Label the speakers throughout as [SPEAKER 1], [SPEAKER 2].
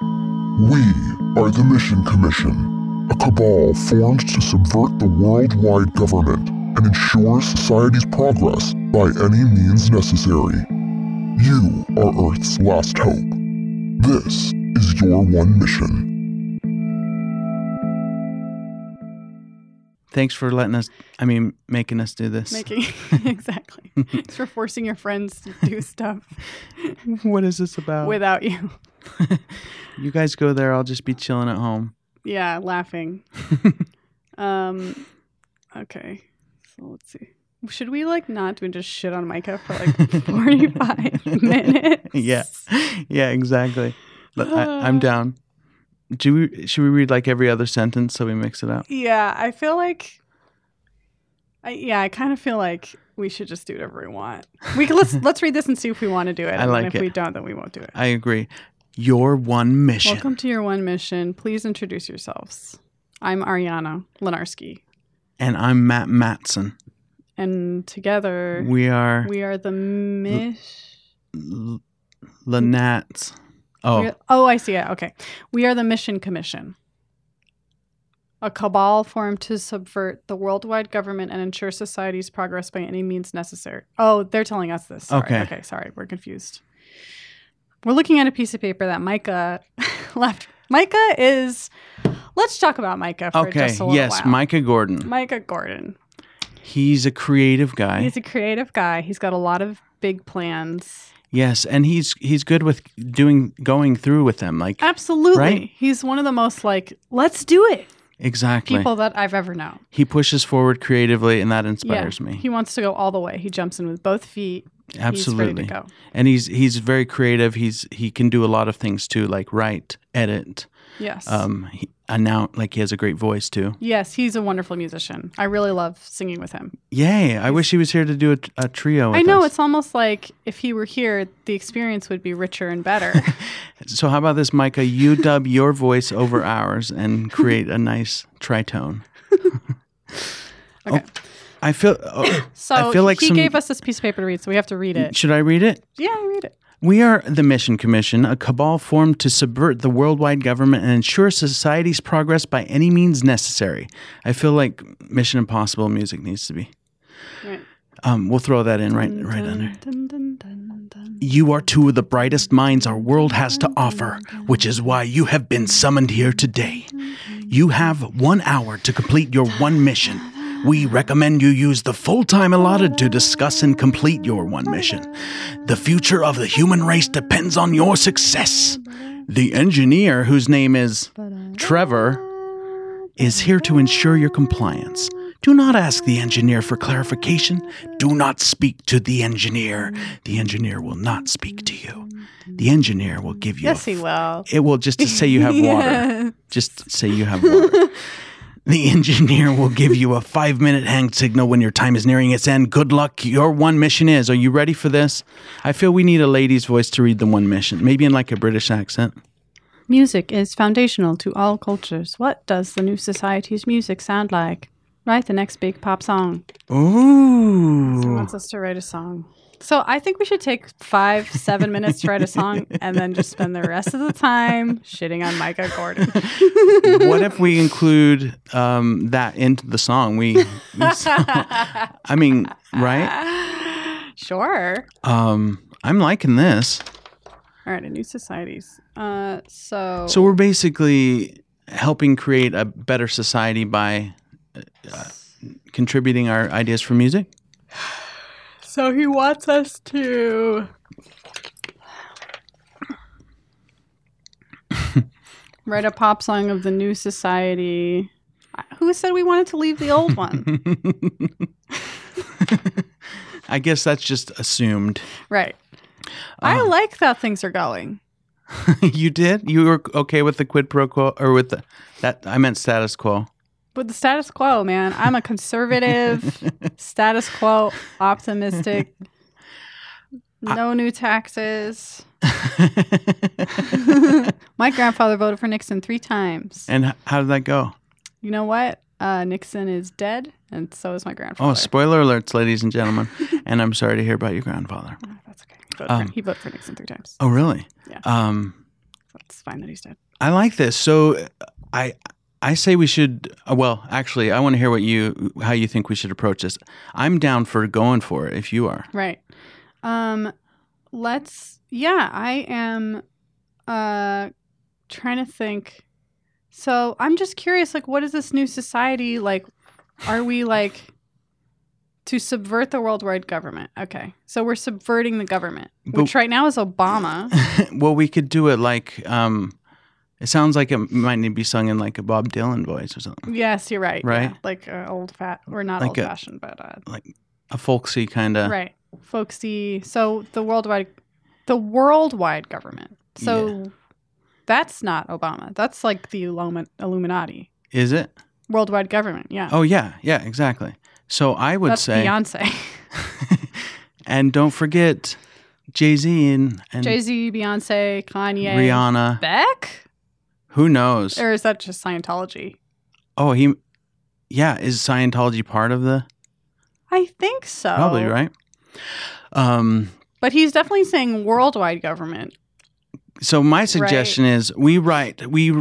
[SPEAKER 1] We are the Mission Commission, a cabal formed to subvert the worldwide government and ensure society's progress by any means necessary. You are Earth's last hope. This is your one mission.
[SPEAKER 2] Thanks for letting us, I mean, making us do this.
[SPEAKER 3] Making exactly. It's for forcing your friends to do stuff
[SPEAKER 2] what is this about?
[SPEAKER 3] without you.
[SPEAKER 2] you guys go there, I'll just be chilling at home.
[SPEAKER 3] Yeah, laughing. um, okay. So let's see. Should we like not do and just shit on Micah for like forty five minutes?
[SPEAKER 2] Yeah. Yeah, exactly. But I, I'm down. Do we, should we read like every other sentence so we mix it up?
[SPEAKER 3] Yeah, I feel like. I, yeah, I kind of feel like we should just do whatever we want. We can, let's let's read this and see if we want to do it.
[SPEAKER 2] I like
[SPEAKER 3] and if
[SPEAKER 2] it.
[SPEAKER 3] we don't, then we won't do it.
[SPEAKER 2] I agree. Your one mission.
[SPEAKER 3] Welcome to your one mission. Please introduce yourselves. I'm Ariana Lenarski,
[SPEAKER 2] And I'm Matt Matson.
[SPEAKER 3] and together
[SPEAKER 2] We are
[SPEAKER 3] we are the Mish.
[SPEAKER 2] L- Lanats. Oh,
[SPEAKER 3] We're- Oh, I see it. Okay. We are the Mission Commission, a cabal formed to subvert the worldwide government and ensure society's progress by any means necessary. Oh, they're telling us this. Sorry.
[SPEAKER 2] Okay.
[SPEAKER 3] Okay. Sorry. We're confused. We're looking at a piece of paper that Micah left. Micah is. Let's talk about Micah for
[SPEAKER 2] okay.
[SPEAKER 3] just a little
[SPEAKER 2] Yes,
[SPEAKER 3] while.
[SPEAKER 2] Micah Gordon.
[SPEAKER 3] Micah Gordon.
[SPEAKER 2] He's a creative guy.
[SPEAKER 3] He's a creative guy. He's got a lot of big plans.
[SPEAKER 2] yes, and he's he's good with doing going through with them.
[SPEAKER 3] Uh,
[SPEAKER 2] Like
[SPEAKER 3] Absolutely.
[SPEAKER 2] Right?
[SPEAKER 3] He's one of the most like, let's do it
[SPEAKER 2] exactly.
[SPEAKER 3] people that I've ever known.
[SPEAKER 2] he pushes forward creatively, and that
[SPEAKER 3] Yeah,
[SPEAKER 2] inspires me.
[SPEAKER 3] He wants to go all the way. He jumps in with both feet. He's
[SPEAKER 2] Absolutely.
[SPEAKER 3] ready to go.
[SPEAKER 2] And he's he's very creative. He's he can do a lot of things too, like write, edit,
[SPEAKER 3] Yes.
[SPEAKER 2] um, he, announce. Like he has a great voice too.
[SPEAKER 3] yes, he's a wonderful musician. I really love singing with him.
[SPEAKER 2] Yay! I wish he was here to do a, a trio. With
[SPEAKER 3] I know
[SPEAKER 2] us.
[SPEAKER 3] it's almost like if he were here, the experience would be richer and better.
[SPEAKER 2] So how about this, Micah? You dub your voice over ours and create a nice tritone.
[SPEAKER 3] Okay.
[SPEAKER 2] I feel. oh,
[SPEAKER 3] so
[SPEAKER 2] I feel like
[SPEAKER 3] he
[SPEAKER 2] some-
[SPEAKER 3] gave us this piece of paper to read, so we have to read it.
[SPEAKER 2] should I read it?
[SPEAKER 3] Yeah, read it.
[SPEAKER 2] We are the Mission Commission, a cabal formed to subvert the worldwide government and ensure society's progress by any means necessary. I feel like Mission Impossible music needs to be.
[SPEAKER 3] Right.
[SPEAKER 2] Um, we'll throw that in right,
[SPEAKER 3] Dun,
[SPEAKER 2] right
[SPEAKER 3] dun,
[SPEAKER 2] under.
[SPEAKER 3] dun, dun, dun, dun.
[SPEAKER 2] You are two of the brightest minds our world has to offer, which is why you have been summoned here today. You have one hour to complete your one mission. We recommend you use the full time allotted to discuss and complete your one mission. The future of the human race depends on your success. The engineer, whose name is Trevor, is here to ensure your compliance. Do not ask the engineer for clarification. Do not speak to the engineer. The engineer will not speak to you. The engineer will give you. a
[SPEAKER 3] Yes, he will.
[SPEAKER 2] it will just to say you have water. Just say you have water. the engineer will give you a five minute hang signal when your time is nearing its end. Good luck. Your one mission is. Are you ready for this? I feel we need a lady's voice to read the one mission, maybe in like a British accent.
[SPEAKER 3] Music is foundational to all cultures. What does the new society's music sound like? Write the next big pop song. He
[SPEAKER 2] Ooh.
[SPEAKER 3] wants us to write a song. So I think we should take five, seven minutes to write a song and then just spend the rest of the time shitting on Micah Gordon.
[SPEAKER 2] what if we include um, that into the song? We, we s- I mean, right?
[SPEAKER 3] sure.
[SPEAKER 2] Um, I'm liking this.
[SPEAKER 3] All right, a new societies. Uh, so,
[SPEAKER 2] So we're basically helping create a better society by uh, contributing our ideas for music.
[SPEAKER 3] so he wants us to write a pop song of the new society. Who said we wanted to leave the old one?
[SPEAKER 2] I guess that's just assumed.
[SPEAKER 3] Right. I
[SPEAKER 2] Um,
[SPEAKER 3] like how things are going.
[SPEAKER 2] you did. You were okay with the quid pro quo, or with the that I meant status quo.
[SPEAKER 3] With the status quo, man, I'm a conservative, status quo, optimistic, no new taxes. My grandfather voted for Nixon three times.
[SPEAKER 2] and h- how did that go?
[SPEAKER 3] You know what? Uh, Nixon is dead, and so is my grandfather.
[SPEAKER 2] Oh, spoiler alerts, ladies and gentlemen. and I'm sorry to hear about your grandfather.
[SPEAKER 3] That's Oh, okay. He voted,
[SPEAKER 2] Um,
[SPEAKER 3] for, he voted for Nixon three times.
[SPEAKER 2] Oh, really?
[SPEAKER 3] Yeah.
[SPEAKER 2] Um,
[SPEAKER 3] It's fine that he's dead.
[SPEAKER 2] I like this. So uh, I I say we should uh, well, actually, I want to hear what you how you think we should approach this. I'm down for going for it if you are.
[SPEAKER 3] Right. Um let's yeah, I am uh trying to think. So, I'm just curious like what is this new society like are we like to subvert the worldwide government? Okay. So, we're subverting the government,
[SPEAKER 2] But-
[SPEAKER 3] which right now is Obama.
[SPEAKER 2] well, we could do it like um it sounds like it might need to be sung in like a Bob Dylan voice or something.
[SPEAKER 3] yes, you're right.
[SPEAKER 2] Right.
[SPEAKER 3] Yeah, like uh, old fat or not
[SPEAKER 2] Like
[SPEAKER 3] old
[SPEAKER 2] a-
[SPEAKER 3] fashioned, but uh,
[SPEAKER 2] A folksy kind of
[SPEAKER 3] Right. Folksy. So the worldwide the worldwide government. So that's not Obama. That's like the Illumi- Illuminati.
[SPEAKER 2] is it?
[SPEAKER 3] Worldwide government. Yeah.
[SPEAKER 2] Oh yeah, yeah, exactly. So I would
[SPEAKER 3] that's
[SPEAKER 2] say
[SPEAKER 3] Beyonce.
[SPEAKER 2] and don't forget Jay-Z and, and
[SPEAKER 3] Jay-Z, Beyonce, Kanye,
[SPEAKER 2] Rihanna.
[SPEAKER 3] Beck?
[SPEAKER 2] Who knows?
[SPEAKER 3] Or is that just Scientology?
[SPEAKER 2] Oh, he Yeah, is Scientology part of the
[SPEAKER 3] I think so.
[SPEAKER 2] Probably, right? Um
[SPEAKER 3] But he's definitely saying worldwide government.
[SPEAKER 2] So my suggestion is we write we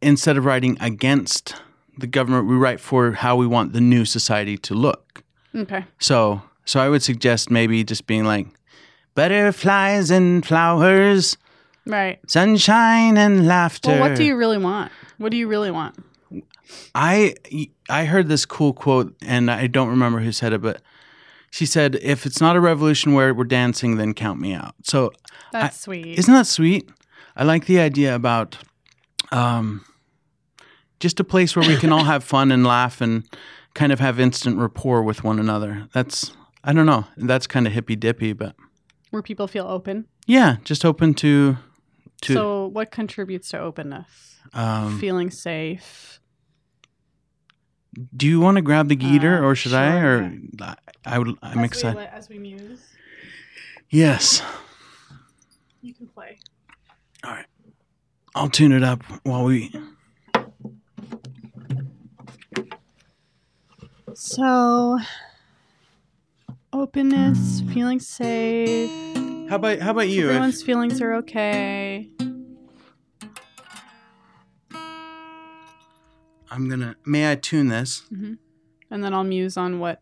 [SPEAKER 2] instead of writing against the government, we write for how we want the new society to look.
[SPEAKER 3] Okay.
[SPEAKER 2] So so I would suggest maybe just being like butterflies and flowers,
[SPEAKER 3] Right.
[SPEAKER 2] sunshine and laughter.
[SPEAKER 3] Well, what do you really want? What do you really want?
[SPEAKER 2] I I heard this cool quote and I don't remember who said it, but she said, "If it's not a revolution where we're dancing, then count me out." So
[SPEAKER 3] That's sweet.
[SPEAKER 2] Isn't that sweet? I like the idea about um, just a place where we can all have fun and laugh and kind of have instant rapport with one another. That's, I don't know, that's kind of hippy dippy, but
[SPEAKER 3] Where people feel open.
[SPEAKER 2] yeah, just open to, to
[SPEAKER 3] so what contributes to openness?
[SPEAKER 2] um,
[SPEAKER 3] Feeling safe.
[SPEAKER 2] do you want to grab the geeter
[SPEAKER 3] Uh,
[SPEAKER 2] or should I?
[SPEAKER 3] sure,
[SPEAKER 2] Or I, I would, I'm
[SPEAKER 3] As we
[SPEAKER 2] excited.
[SPEAKER 3] li- as we muse,
[SPEAKER 2] Yes,
[SPEAKER 3] you can play.
[SPEAKER 2] I'll tune it up while we,
[SPEAKER 3] So, openness, feeling safe.
[SPEAKER 2] how about, how about you? If-
[SPEAKER 3] Everyone's feelings are okay.
[SPEAKER 2] I'm going to, may I tune this?
[SPEAKER 3] And then I'll muse on what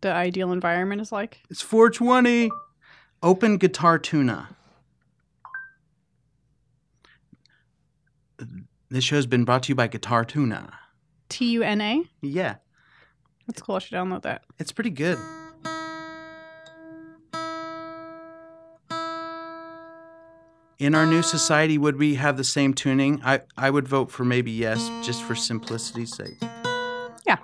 [SPEAKER 3] the ideal environment is like.
[SPEAKER 2] It's 420. Open guitar tuna. This show's been brought to you by Guitar Tuna.
[SPEAKER 3] T U N A.
[SPEAKER 2] Yeah,
[SPEAKER 3] That's cool. I should download that.
[SPEAKER 2] it's pretty good. In our new society, would we have the same tuning? I, I would vote for maybe yes, just for simplicity's sake.
[SPEAKER 3] Yeah.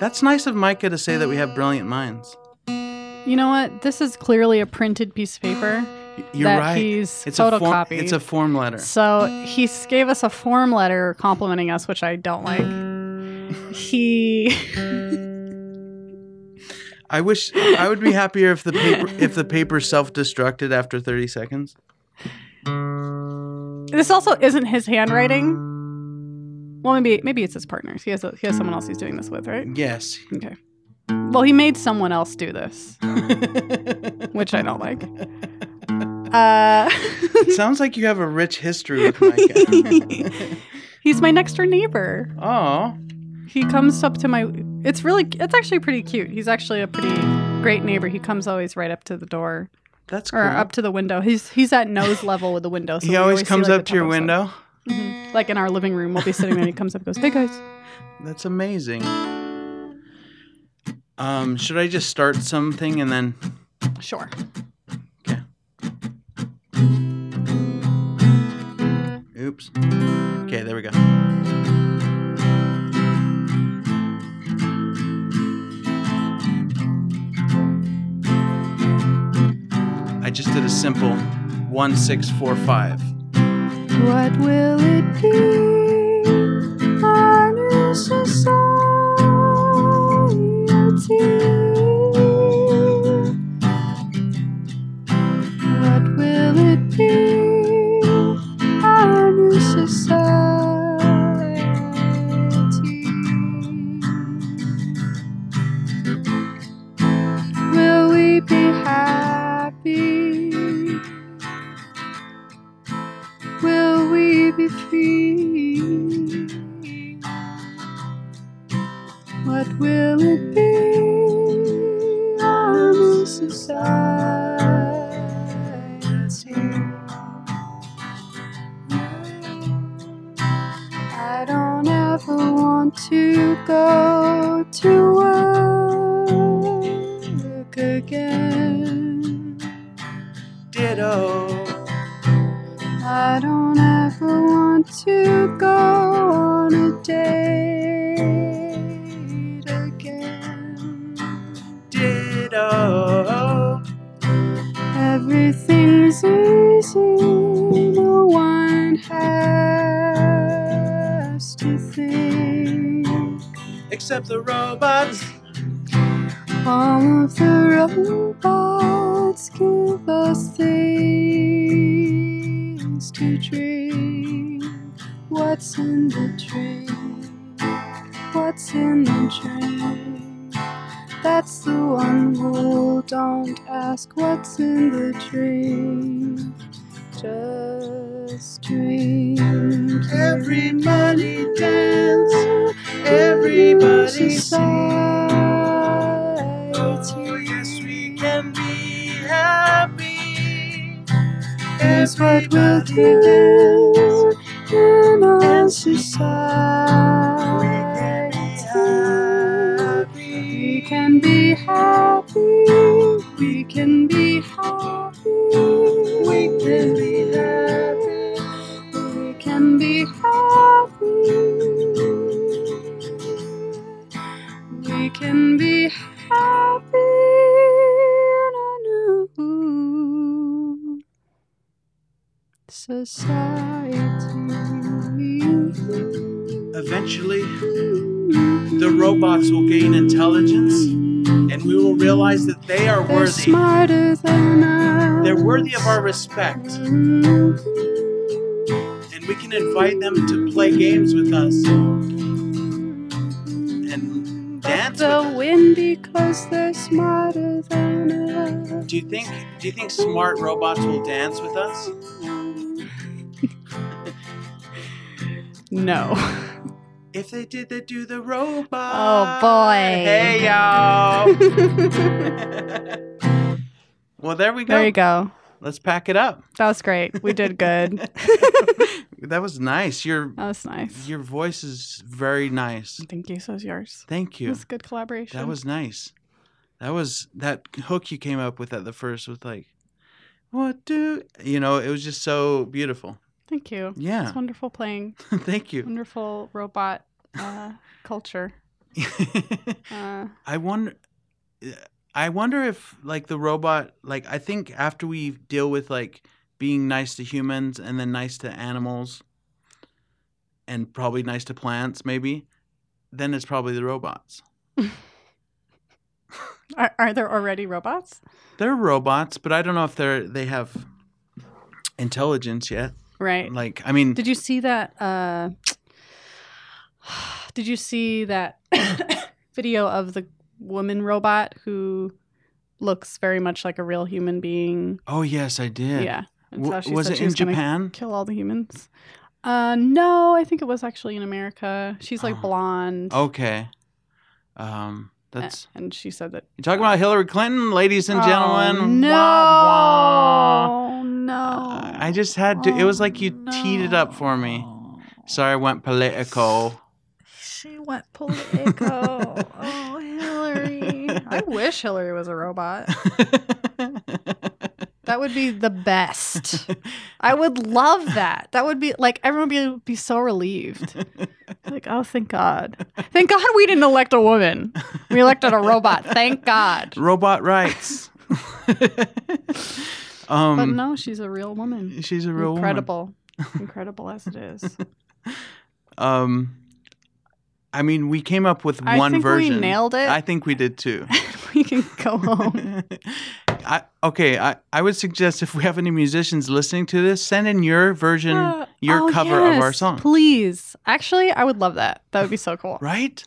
[SPEAKER 2] That's nice of Micah to say that we have brilliant minds.
[SPEAKER 3] You know what? This is clearly a printed piece of paper
[SPEAKER 2] Y- You're
[SPEAKER 3] that
[SPEAKER 2] right.
[SPEAKER 3] he's
[SPEAKER 2] it's a form,
[SPEAKER 3] photocopied.
[SPEAKER 2] It's a form letter.
[SPEAKER 3] So he s- gave us a form letter complimenting us, which I don't like. He
[SPEAKER 2] I wish I would be happier if the paper if the paper self-destructed after 30 seconds.
[SPEAKER 3] this also isn't his handwriting. Well, maybe maybe it's his partner's. He has a, he has someone else he's doing this with, right?
[SPEAKER 2] Yes.
[SPEAKER 3] Okay. Well, he made someone else do this, which I don't like. Uh,
[SPEAKER 2] Sounds like you have a rich history with Micah.
[SPEAKER 3] he's my next door neighbor.
[SPEAKER 2] Oh,
[SPEAKER 3] He comes up to my. It's really. It's actually pretty cute. He's actually a pretty great neighbor. He comes always right up to the door
[SPEAKER 2] that's cool.
[SPEAKER 3] or up to the window. He's he's at nose level with the window. So
[SPEAKER 2] he
[SPEAKER 3] we
[SPEAKER 2] always
[SPEAKER 3] see,
[SPEAKER 2] comes
[SPEAKER 3] like,
[SPEAKER 2] up
[SPEAKER 3] the
[SPEAKER 2] to your
[SPEAKER 3] top of stuff.
[SPEAKER 2] window.
[SPEAKER 3] Mhm. Like in our living room, we'll be sitting there. and He comes up, and goes, "Hey guys."
[SPEAKER 2] That's amazing. Um, should I just start something and then
[SPEAKER 3] Sure.
[SPEAKER 2] Okay. Oops. Okay, there we go. I just did a simple 1645.
[SPEAKER 3] What will it be? Our new society. What will it be? Our new society. Will we
[SPEAKER 4] oh.
[SPEAKER 3] Everything's easy, no one has to think.
[SPEAKER 4] Except the robots.
[SPEAKER 3] All of the robots give us things to drink. What's in the drink? What's in the drink? That's the one rule. Don't ask what's in the drink. Just drink.
[SPEAKER 4] Everybody dance. Everybody
[SPEAKER 3] society.
[SPEAKER 4] Oh, yes, we can be happy.
[SPEAKER 3] is what we'll
[SPEAKER 4] Everybody
[SPEAKER 3] do in our society. We
[SPEAKER 4] happy.
[SPEAKER 3] can be happy. We can be happy. We can be happy. We can be happy. We can be happy in our new society.
[SPEAKER 4] Eventually, the robots will gain intelligence and we will realize that they are
[SPEAKER 3] They're
[SPEAKER 4] worthy.
[SPEAKER 3] smarter than us.
[SPEAKER 4] They're worthy of our respect, and we can invite them to play games with us and
[SPEAKER 3] But
[SPEAKER 4] dance
[SPEAKER 3] they'll
[SPEAKER 4] with us.
[SPEAKER 3] win because they're smarter than us.
[SPEAKER 4] Do you think do you think smart robots will dance with us?
[SPEAKER 3] No.
[SPEAKER 4] If they did, they'd do the robot.
[SPEAKER 3] Oh, boy.
[SPEAKER 4] Hey
[SPEAKER 2] Oh.
[SPEAKER 4] y'all. well, there we go.
[SPEAKER 3] There you go.
[SPEAKER 4] Let's pack it up.
[SPEAKER 3] That was great. We did good.
[SPEAKER 2] That was nice. Your
[SPEAKER 3] That was nice.
[SPEAKER 2] your voice is very nice.
[SPEAKER 3] Thank you. So is yours.
[SPEAKER 2] Thank
[SPEAKER 3] It
[SPEAKER 2] you.
[SPEAKER 3] was a good collaboration.
[SPEAKER 2] That was nice. That was that hook you came up with at the first was like, what do you know? It was just so beautiful.
[SPEAKER 3] Thank you.
[SPEAKER 2] Yeah.
[SPEAKER 3] It's wonderful playing.
[SPEAKER 2] Thank you.
[SPEAKER 3] Wonderful robot uh, culture. Uh,
[SPEAKER 2] I wonder. I wonder if like the robot. Like I think after we deal with like being nice to humans and then nice to animals, and probably nice to plants, maybe, then it's probably the robots.
[SPEAKER 3] are, are there already robots?
[SPEAKER 2] They're robots, but I don't know if they're they have intelligence yet.
[SPEAKER 3] Right.
[SPEAKER 2] Like I mean,
[SPEAKER 3] Did you see that? Uh, did you see that video of the woman robot who looks very much like a real human being?
[SPEAKER 2] oh yes, I
[SPEAKER 3] Yeah.
[SPEAKER 2] did.
[SPEAKER 3] And
[SPEAKER 2] Wa-
[SPEAKER 3] so she
[SPEAKER 2] was
[SPEAKER 3] said
[SPEAKER 2] it
[SPEAKER 3] she
[SPEAKER 2] in
[SPEAKER 3] gonna
[SPEAKER 2] Japan?
[SPEAKER 3] Kill all the humans. Uh, no, I think it was actually in America. She's like
[SPEAKER 2] Oh.
[SPEAKER 3] blonde.
[SPEAKER 2] Okay. Um,
[SPEAKER 3] a-
[SPEAKER 2] that's
[SPEAKER 3] And she said that.
[SPEAKER 2] you're talking about Hillary Clinton, ladies and
[SPEAKER 3] Uh, Oh,
[SPEAKER 2] gentlemen.
[SPEAKER 3] no,
[SPEAKER 2] Wah, wah.
[SPEAKER 3] no.
[SPEAKER 2] Uh, I just had to. It was like you
[SPEAKER 3] Oh,
[SPEAKER 2] teed it up for me.
[SPEAKER 3] no.
[SPEAKER 2] Sorry, I went political.
[SPEAKER 3] She went political. oh, Hillary. I wish Hillary was a robot. That would be the best. I would love that. That would be like everyone would be, be so relieved. Like, oh, thank God. Thank God we didn't elect a woman. We elected a robot. Thank God.
[SPEAKER 2] Robot rights. um,
[SPEAKER 3] But no, she's a real woman.
[SPEAKER 2] she's a real woman.
[SPEAKER 3] Incredible. Incredible as it is.
[SPEAKER 2] Um, I mean, we came up with
[SPEAKER 3] I
[SPEAKER 2] one
[SPEAKER 3] think
[SPEAKER 2] version.
[SPEAKER 3] we nailed it. Oh.
[SPEAKER 2] I think we did too.
[SPEAKER 3] we can go home.
[SPEAKER 2] I, okay, I, I would suggest if we have any musicians listening to this, send in your version,
[SPEAKER 3] Uh,
[SPEAKER 2] your
[SPEAKER 3] oh,
[SPEAKER 2] cover of our
[SPEAKER 3] yes,
[SPEAKER 2] song,
[SPEAKER 3] Please. Actually, I would love that. That would be so cool.
[SPEAKER 2] right?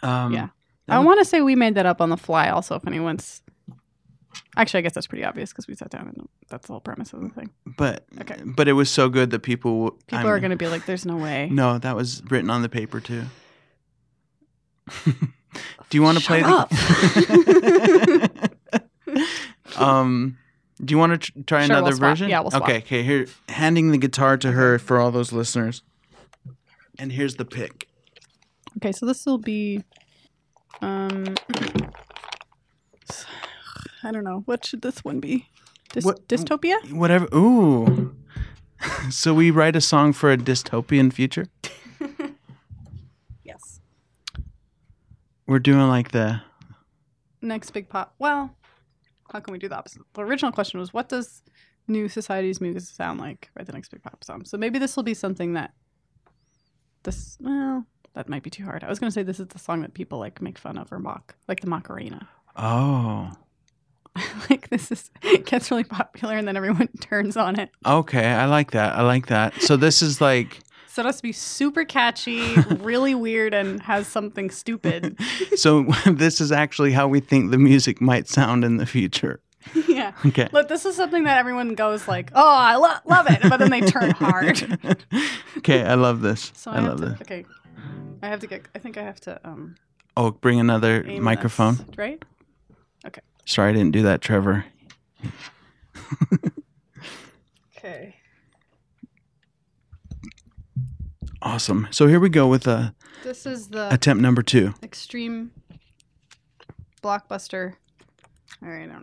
[SPEAKER 2] Um,
[SPEAKER 3] Yeah.
[SPEAKER 2] that
[SPEAKER 3] I
[SPEAKER 2] would-
[SPEAKER 3] want to say we made that up on the fly also, if anyone's. Actually, I guess that's pretty obvious because we sat down and that's the whole premise of the thing.
[SPEAKER 2] But
[SPEAKER 3] Okay.
[SPEAKER 2] but it was so good that people
[SPEAKER 3] People are going to be like, there's no way.
[SPEAKER 2] No, that was written on the paper too. do you want to play?
[SPEAKER 3] Shut
[SPEAKER 2] the- um, do you want to tr- try
[SPEAKER 3] Sure,
[SPEAKER 2] another
[SPEAKER 3] we'll swap.
[SPEAKER 2] version?
[SPEAKER 3] Yeah, we'll swap.
[SPEAKER 2] Okay, okay. Here, handing the guitar to her for all those listeners. And here's the pick.
[SPEAKER 3] Okay, so this will be. Um, I don't know. What should this one be? Dys-
[SPEAKER 2] What- oh.
[SPEAKER 3] Dystopia?
[SPEAKER 2] Whatever. Ooh. so we write a song for a dystopian future.
[SPEAKER 3] Yes.
[SPEAKER 2] We're doing like the
[SPEAKER 3] next big pop. Well, how can we do the opposite? The original question was, what does new society's music sound like? Write the next big pop song. So maybe this will be something that this. Well, that might be too hard. I was going to say this is the song that people like make fun of or mock, like the Macarena.
[SPEAKER 2] Oh.
[SPEAKER 3] like this is it gets really popular and then everyone turns on it.
[SPEAKER 2] Okay, I like that. I like that. So this is like
[SPEAKER 3] So it has to be super catchy, really weird, and has something stupid.
[SPEAKER 2] so this is actually how we think the music might sound in the future.
[SPEAKER 3] yeah.
[SPEAKER 2] Okay.
[SPEAKER 3] Look, this is something that everyone goes like, "Oh, I lo- love it," but then they turn hard.
[SPEAKER 2] okay, I love this.
[SPEAKER 3] So I,
[SPEAKER 2] I,
[SPEAKER 3] have
[SPEAKER 2] love
[SPEAKER 3] to,
[SPEAKER 2] this.
[SPEAKER 3] Okay, I have to get. I think I have to um.
[SPEAKER 2] Oh, bring another
[SPEAKER 3] aim
[SPEAKER 2] microphone.
[SPEAKER 3] this, right?
[SPEAKER 2] Sorry, I didn't do that, Trevor.
[SPEAKER 3] Okay.
[SPEAKER 2] Awesome. So here we go with uh,
[SPEAKER 3] This is the
[SPEAKER 2] attempt number two.
[SPEAKER 3] extreme blockbuster. All right, I don't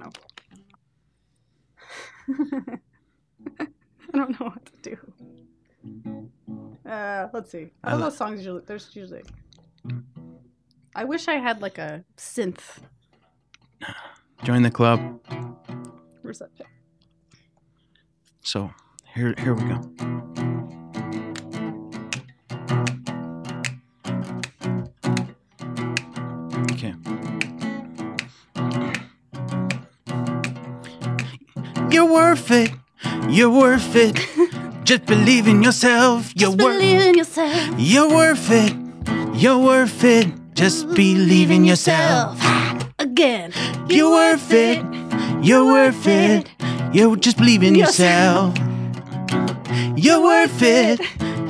[SPEAKER 3] know. I don't know what to do. Uh, let's see. I
[SPEAKER 2] I
[SPEAKER 3] don't
[SPEAKER 2] li-
[SPEAKER 3] know songs usually. There's usually. I wish I had like a synth.
[SPEAKER 2] Join the club.
[SPEAKER 3] Where's that? pick?
[SPEAKER 2] So here, here we go. Okay. You're worth it. You're worth it. Just believe in yourself. You're worth it.
[SPEAKER 5] in yourself.
[SPEAKER 2] You're worth it. You're worth it. Just believe in yourself.
[SPEAKER 5] Again.
[SPEAKER 2] You're worth it. You're worth it. You just believe in yourself. You're worth it.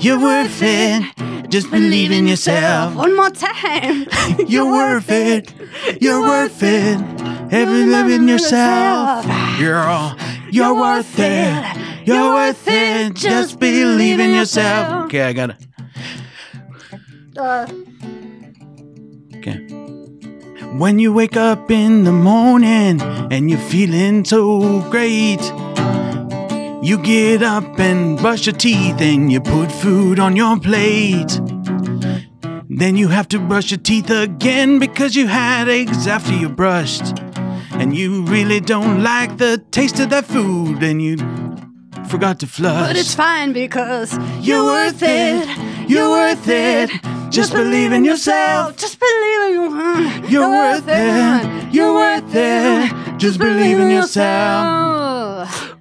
[SPEAKER 2] You're worth it. Just believe in yourself.
[SPEAKER 5] One more time.
[SPEAKER 2] You're worth it. You're worth it. Every believe in yourself. You're all. You're worth it. You're worth it. Just believe in yourself. Okay, I got it.
[SPEAKER 3] Uh,
[SPEAKER 2] Okay. When you wake up in the morning and you're feeling so great, you get up and brush your teeth and you put food on your plate. Then you have to brush your teeth again because you had eggs after you brushed. And you really don't like the taste of that food and you forgot to flush.
[SPEAKER 5] But it's fine because
[SPEAKER 2] You're worth it. You're worth it. Just believe in yourself.
[SPEAKER 5] Just believe in yourself.
[SPEAKER 2] You're worth it. You're worth it. Just believe in yourself.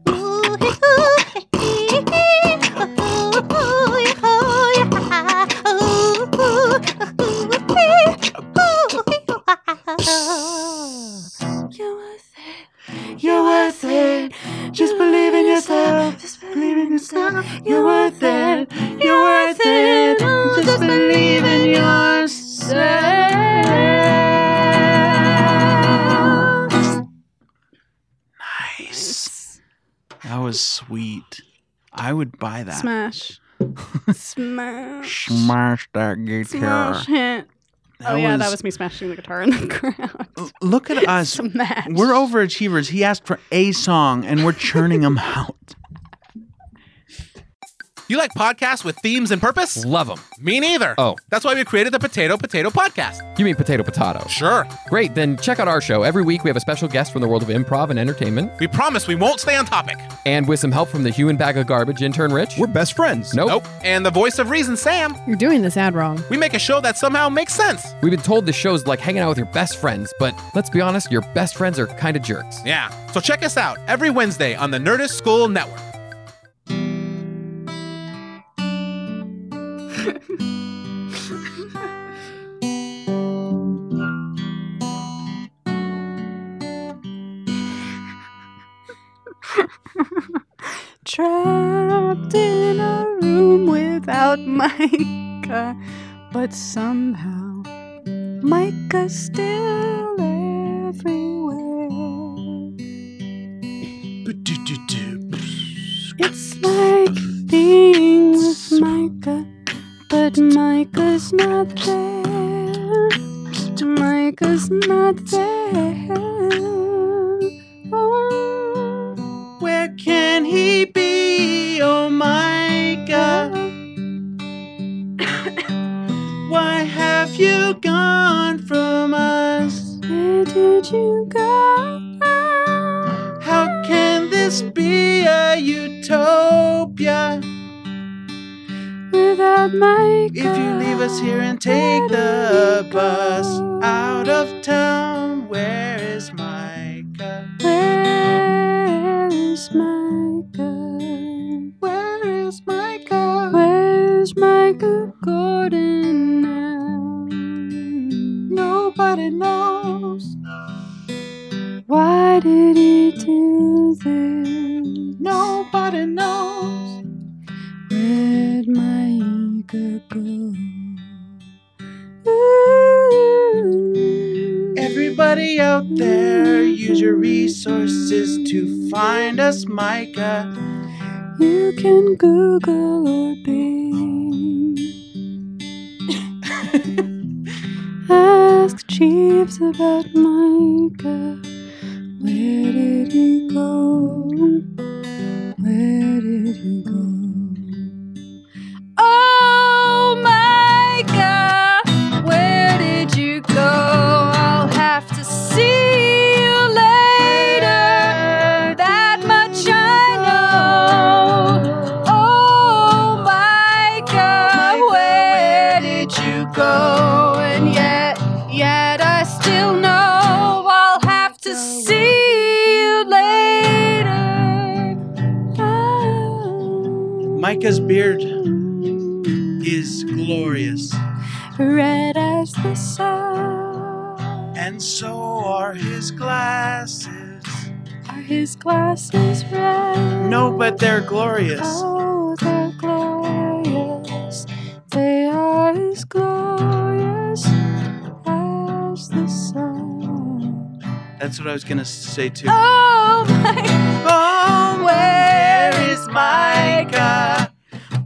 [SPEAKER 5] You're worth it. You're worth it. Just believe in yourself. Just believe in yourself. You're worth it. You're worth it. Oh, Just believe in yourself.
[SPEAKER 2] Nice. That was sweet. I would buy that.
[SPEAKER 3] smash. smash.
[SPEAKER 2] Smash that guitar.
[SPEAKER 3] Smash hit.
[SPEAKER 2] That
[SPEAKER 3] Oh yeah, that was me smashing the guitar in the ground.
[SPEAKER 2] Look at us.
[SPEAKER 3] Smash.
[SPEAKER 2] We're overachievers. He asked for a song and we're churning them out.
[SPEAKER 6] You like podcasts with themes and purpose?
[SPEAKER 7] Love them.
[SPEAKER 6] Me neither.
[SPEAKER 7] Oh.
[SPEAKER 6] That's why we created the Potato Potato Podcast.
[SPEAKER 7] You mean potato potato?
[SPEAKER 6] Sure.
[SPEAKER 7] Great, then check out our show. Every week we have a special guest from the world of improv and entertainment.
[SPEAKER 6] We promise we won't stay on topic.
[SPEAKER 7] And with some help from the human bag of garbage intern Rich.
[SPEAKER 8] We're best friends.
[SPEAKER 7] nope.
[SPEAKER 6] Nope. And the voice of reason, Sam.
[SPEAKER 9] You're doing this ad wrong.
[SPEAKER 6] We make a show that somehow makes sense.
[SPEAKER 7] We've been told the show's like hanging out with your best friends, but let's be honest, your best friends are kind of jerks.
[SPEAKER 6] Yeah. So check us out every Wednesday on the Nerdist School Network.
[SPEAKER 3] Trapped in a room without Micah, but somehow Micah's still everywhere. It's like being with Micah, but Micah's not there. Micah's not there. Oh.
[SPEAKER 2] Where can he be? Oh my God. Why have you gone from us?
[SPEAKER 3] Where do
[SPEAKER 5] let you go.
[SPEAKER 6] How can this be a utopia
[SPEAKER 5] Without my
[SPEAKER 6] if you leave us here and take the bus out of town? Where is Micah?
[SPEAKER 5] Where is my gun? Where is my gun? Where's my good Gordon now? Nobody knows. Why did he do this? Nobody knows. Where'd my eager go? Ooh.
[SPEAKER 6] Everybody out there, use your resources to find us, Micah.
[SPEAKER 5] You can Google or Bing. Ask Jeeves about Micah. Where did he go? Where did he go? Oh, Micah, where did you go? I'll have to see you later. That much I know. Oh, Micah, where did you go? And yet, yet I still know I'll have to see you later. Ah.
[SPEAKER 6] Micah's beard is glorious,
[SPEAKER 5] Red as the sun
[SPEAKER 6] and so are his glasses.
[SPEAKER 5] are his glasses red.
[SPEAKER 6] No, but they're glorious.
[SPEAKER 5] Oh, they're glorious. They are as glorious as the sun.
[SPEAKER 6] That's what I was gonna say too.
[SPEAKER 5] Oh my,
[SPEAKER 6] Oh, where is Micah?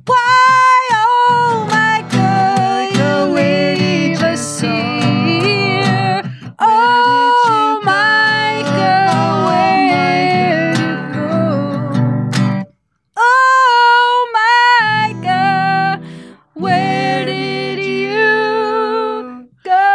[SPEAKER 5] why, oh my God,
[SPEAKER 6] Micah,
[SPEAKER 5] you
[SPEAKER 6] where did
[SPEAKER 5] leave
[SPEAKER 6] you
[SPEAKER 5] us
[SPEAKER 6] go?
[SPEAKER 5] here. Oh my God, where did you go? Oh my God, where did you go?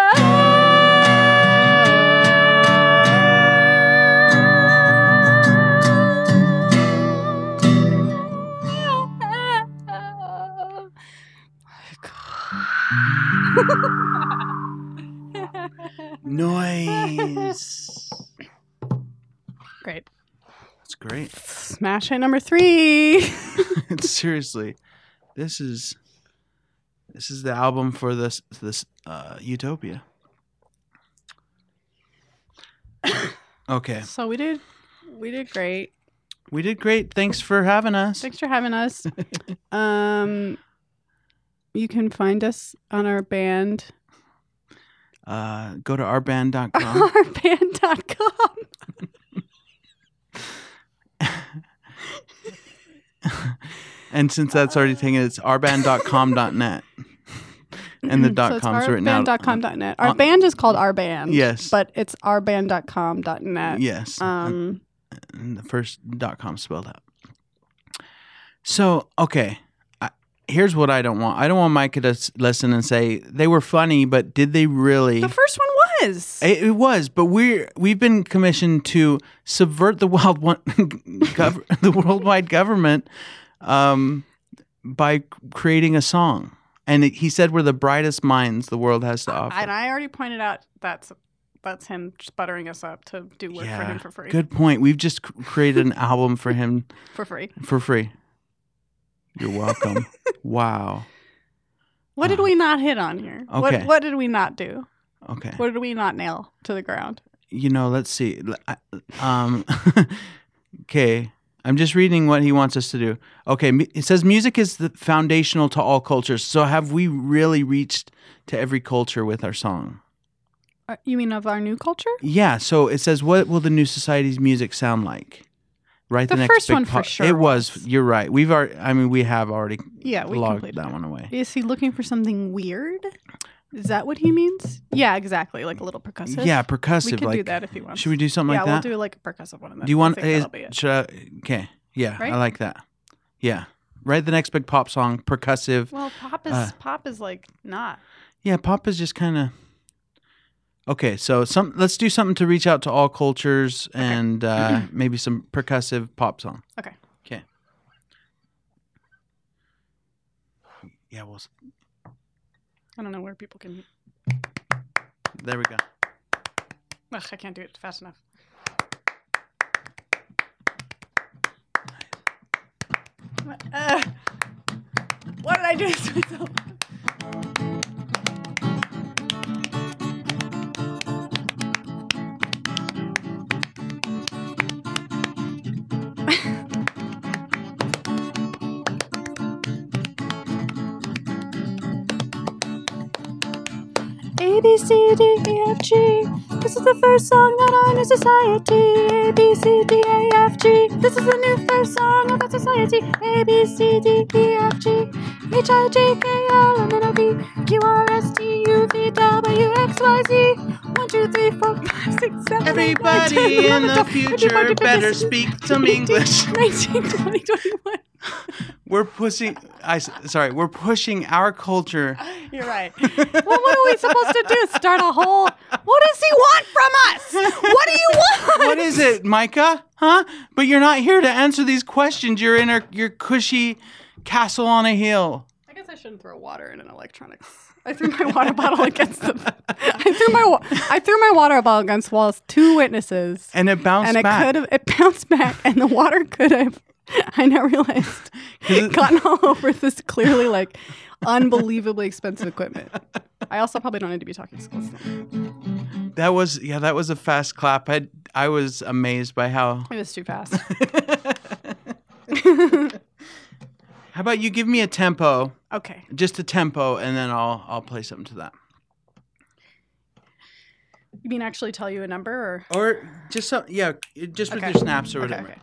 [SPEAKER 2] Noise.
[SPEAKER 3] Great.
[SPEAKER 2] That's great.
[SPEAKER 3] Smash hit number three.
[SPEAKER 2] Seriously, this is this is the album for this this uh, Utopia. okay,
[SPEAKER 3] so we did, we did great.
[SPEAKER 2] we did great. Thanks for having us.
[SPEAKER 3] Thanks for having us. um, you can find us on our band,
[SPEAKER 2] Uh, go to ourband.com.
[SPEAKER 3] ourband.com.
[SPEAKER 2] and since that's already taken, it's ourband.com.net. And the dot
[SPEAKER 3] Mm, so it's
[SPEAKER 2] com's written out.
[SPEAKER 3] ourband.com.net. Our
[SPEAKER 2] uh, on-
[SPEAKER 3] band is called Our Band.
[SPEAKER 2] Yes.
[SPEAKER 3] But it's ourband.com.net.
[SPEAKER 2] Yes.
[SPEAKER 3] Um,
[SPEAKER 2] and the first dot com spelled out. So okay, I, here's what I don't want. I don't want Micah to s- listen and say they were funny, but did they really?
[SPEAKER 3] the first one was.
[SPEAKER 2] it, it was, but we're we've been commissioned to subvert the wild one, gov- the worldwide government, um, by c- creating a song. And it, he said we're the brightest minds the world has to offer.
[SPEAKER 3] and I already pointed out that's that's him just buttering us up to do work for him for free.
[SPEAKER 2] Good point. We've just c- created an album for him
[SPEAKER 3] For free.
[SPEAKER 2] for free. You're welcome. wow.
[SPEAKER 3] What did we not hit on here?
[SPEAKER 2] Okay.
[SPEAKER 3] What, what did we not do?
[SPEAKER 2] Okay.
[SPEAKER 3] What did we not nail to the ground?
[SPEAKER 2] You know, let's see. L- I- Um, okay. I'm just reading what he wants us to do. Okay. mu- It says music is the foundational to all cultures. So have we really reached to every culture with our song?
[SPEAKER 3] Uh, You mean of our new culture?
[SPEAKER 2] Yeah. So it says, what will the new society's music sound like? Right. The,
[SPEAKER 3] The
[SPEAKER 2] next
[SPEAKER 3] first
[SPEAKER 2] big
[SPEAKER 3] one for
[SPEAKER 2] part-
[SPEAKER 3] sure
[SPEAKER 2] It was.
[SPEAKER 3] was.
[SPEAKER 2] You're right. We've already, I mean, we have already
[SPEAKER 3] Yeah, we
[SPEAKER 2] logged
[SPEAKER 3] completed
[SPEAKER 2] that
[SPEAKER 3] it.
[SPEAKER 2] one away.
[SPEAKER 3] Is he looking for something weird? Is that what he means? Yeah, exactly. Like a little percussive.
[SPEAKER 2] Yeah. Percussive.
[SPEAKER 3] we could
[SPEAKER 2] like,
[SPEAKER 3] do that if he wants.
[SPEAKER 2] Should we do something
[SPEAKER 3] yeah,
[SPEAKER 2] like that?
[SPEAKER 3] we'll do like a percussive one. Of
[SPEAKER 2] Do you want?
[SPEAKER 3] I think
[SPEAKER 2] Is,
[SPEAKER 3] that'll be it.
[SPEAKER 2] should I, okay. Yeah,
[SPEAKER 3] Right?
[SPEAKER 2] I like that. Yeah, write the next big pop song, percussive.
[SPEAKER 3] Well, pop is
[SPEAKER 2] Uh,
[SPEAKER 3] pop is like not.
[SPEAKER 2] Yeah, pop is just kind of. Okay, so some let's do something to reach out to all cultures and uh, maybe some percussive pop song.
[SPEAKER 3] Okay.
[SPEAKER 2] Okay. Yeah, well, s-
[SPEAKER 3] I don't know where people can.
[SPEAKER 2] there we go.
[SPEAKER 3] Ugh, I can't do it fast enough. What- uh, what did I do this to myself?
[SPEAKER 5] A B C D E F G. This is the first song that our new society. A B C D E F G. This is the new first song of our society. A B C D E F G. H I J K L M N O P Q R S T U V W X Y Z. One two three four five six seven. eight, nine, ten,
[SPEAKER 2] Everybody in
[SPEAKER 5] eleven,
[SPEAKER 2] the
[SPEAKER 5] twelve, thirteen,
[SPEAKER 2] future
[SPEAKER 5] fourteen,
[SPEAKER 2] better
[SPEAKER 5] fifteen,
[SPEAKER 2] speak some English.
[SPEAKER 5] 19, 20, 21.
[SPEAKER 2] We're pushing. I s- sorry. We're pushing our culture.
[SPEAKER 3] You're right. well, what are we supposed to do? Start a whole. What does he want from us? What do you want?
[SPEAKER 2] What is it, Micah? Huh? But you're not here to answer these questions. You're in our, your cushy castle on a hill.
[SPEAKER 3] I guess I shouldn't throw water in an electronics. I threw my water bottle against the. I threw my wa- I threw my water bottle against walls. Two witnesses,
[SPEAKER 2] And it bounced
[SPEAKER 3] and it
[SPEAKER 2] back.
[SPEAKER 3] could have it bounced back, and the water could have. I now realized gotten all over this clearly like unbelievably expensive equipment. I also probably don't need to be talking so close.
[SPEAKER 2] That was yeah, that was a fast clap. I I was amazed by how.
[SPEAKER 3] It was too fast.
[SPEAKER 2] How about you give me a tempo,
[SPEAKER 3] Okay.
[SPEAKER 2] just a tempo, and then I'll I'll play something to that,
[SPEAKER 3] You mean actually tell you a number or
[SPEAKER 2] or just some yeah, just with
[SPEAKER 3] Okay.
[SPEAKER 2] your snaps or
[SPEAKER 3] Okay,
[SPEAKER 2] whatever.
[SPEAKER 3] okay.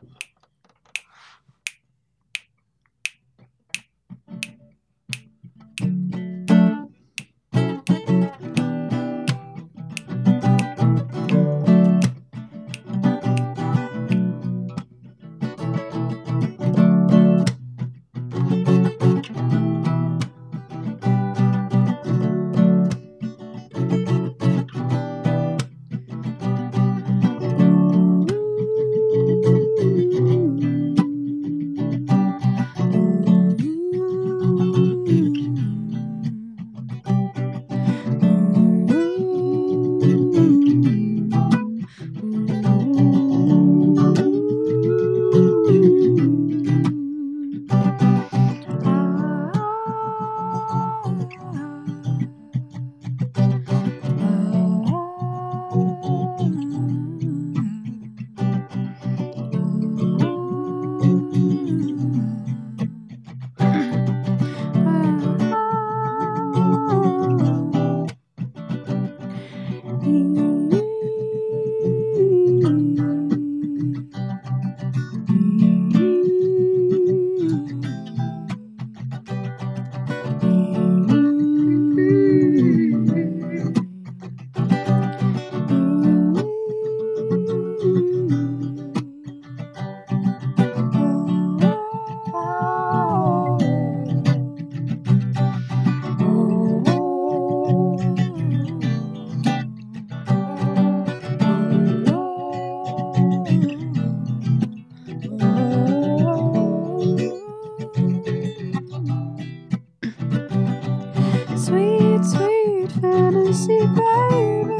[SPEAKER 5] Sweet, sweet fantasy, baby.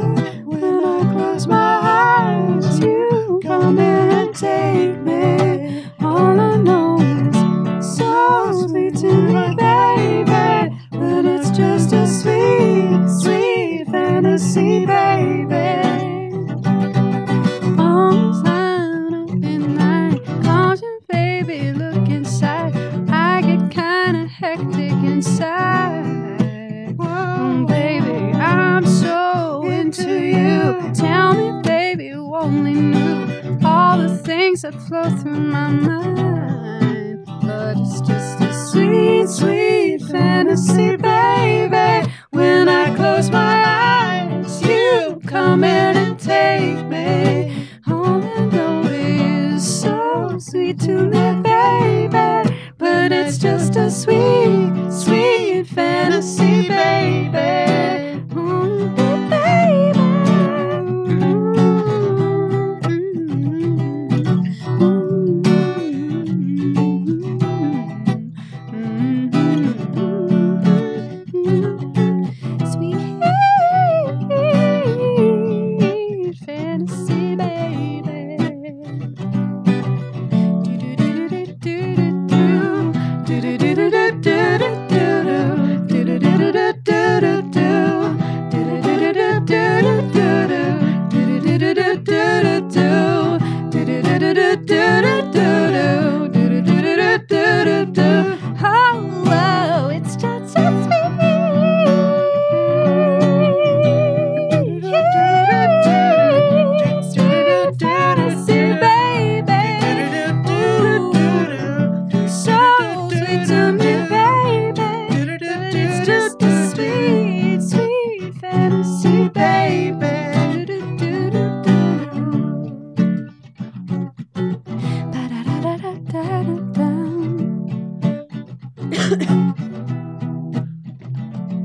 [SPEAKER 5] When I close my eyes, you come in and take me. All I know is so sweet to me, baby. But it's just a sweet, sweet fantasy, baby. Arms wide open, I called you, baby. Look inside. I get kinda hectic inside. Mm, baby, I'm so into you. Tell me, baby, you only knew all the things that flow through my mind. But it's just a sweet, sweet fantasy, baby. When I close my eyes, you come in and take me. All I know is so sweet to me, baby. But it's just a sweet, sweet fantasy, baby. Mm, baby.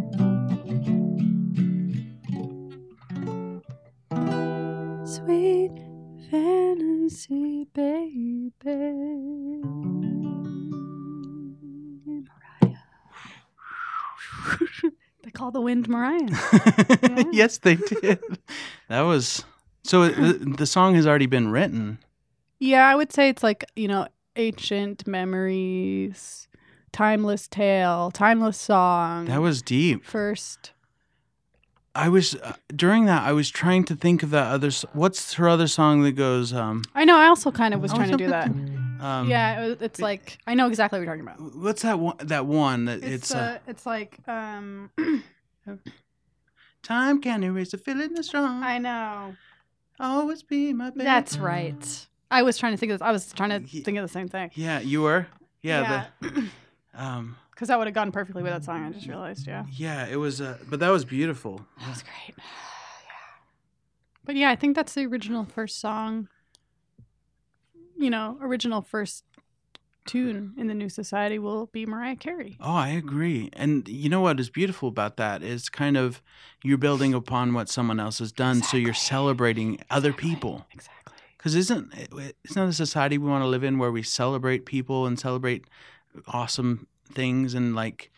[SPEAKER 5] Fantasy, baby. Mariah.
[SPEAKER 3] They call the wind Mariah.
[SPEAKER 2] yes, they did. That was so. uh, The, the song has already been written.
[SPEAKER 3] yeah, I would say it's like, you know, ancient memories, timeless tale, timeless song.
[SPEAKER 2] That was deep.
[SPEAKER 3] first.
[SPEAKER 2] I was uh, during that. I was trying to think of that other. s- What's her other song that goes? Um,
[SPEAKER 3] I know, I also kind of was
[SPEAKER 2] I
[SPEAKER 3] trying to do that.
[SPEAKER 2] um,
[SPEAKER 3] yeah, it was, it's like, I know exactly what you're talking about.
[SPEAKER 2] What's that one? That one that
[SPEAKER 3] It's,
[SPEAKER 2] it's, uh
[SPEAKER 3] uh, it's like, um,
[SPEAKER 2] time can erase the feeling that's strong.
[SPEAKER 3] I know.
[SPEAKER 2] Always be my baby.
[SPEAKER 5] That's right.
[SPEAKER 3] I was trying to think of this. I was trying to
[SPEAKER 2] Ye-
[SPEAKER 3] think of the same thing.
[SPEAKER 2] yeah. You were yeah. The, um
[SPEAKER 3] Because that would have gone perfectly with that song. I just realized, yeah.
[SPEAKER 2] yeah. It was uh, but that was beautiful.
[SPEAKER 5] That was great.
[SPEAKER 3] But yeah, I think that's the original first song. You know, original first tune in the new society will be Mariah Carey.
[SPEAKER 2] Oh, I agree. And you know what is beautiful about that is kind of you're building upon what someone else has done, so you're celebrating other people.
[SPEAKER 3] Exactly.
[SPEAKER 2] Because isn't eh, it's not a society we want to live in where we celebrate people and celebrate awesome things and like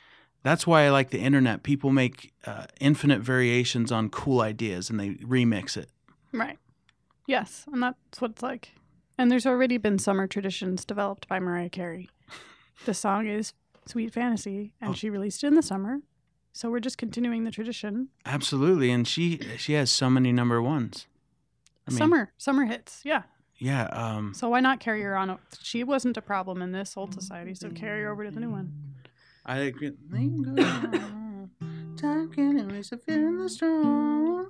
[SPEAKER 2] that's why I like the internet. People make uh, infinite variations on cool ideas and they remix it.
[SPEAKER 3] Right. Yes, and that's what it's like. And there's already been summer traditions developed by Mariah Carey. The song is Sweet Fantasy, and
[SPEAKER 2] Oh.
[SPEAKER 3] she released it in the summer. So we're just continuing the tradition.
[SPEAKER 2] Absolutely, and she she has so many number ones. I mean,
[SPEAKER 3] summer, summer hits. Yeah.
[SPEAKER 2] Yeah. Um,
[SPEAKER 3] So why not carry her on? o- She wasn't a problem in this old society, so carry her over to the new one.
[SPEAKER 2] I agree. Time can erase the feeling that's strong.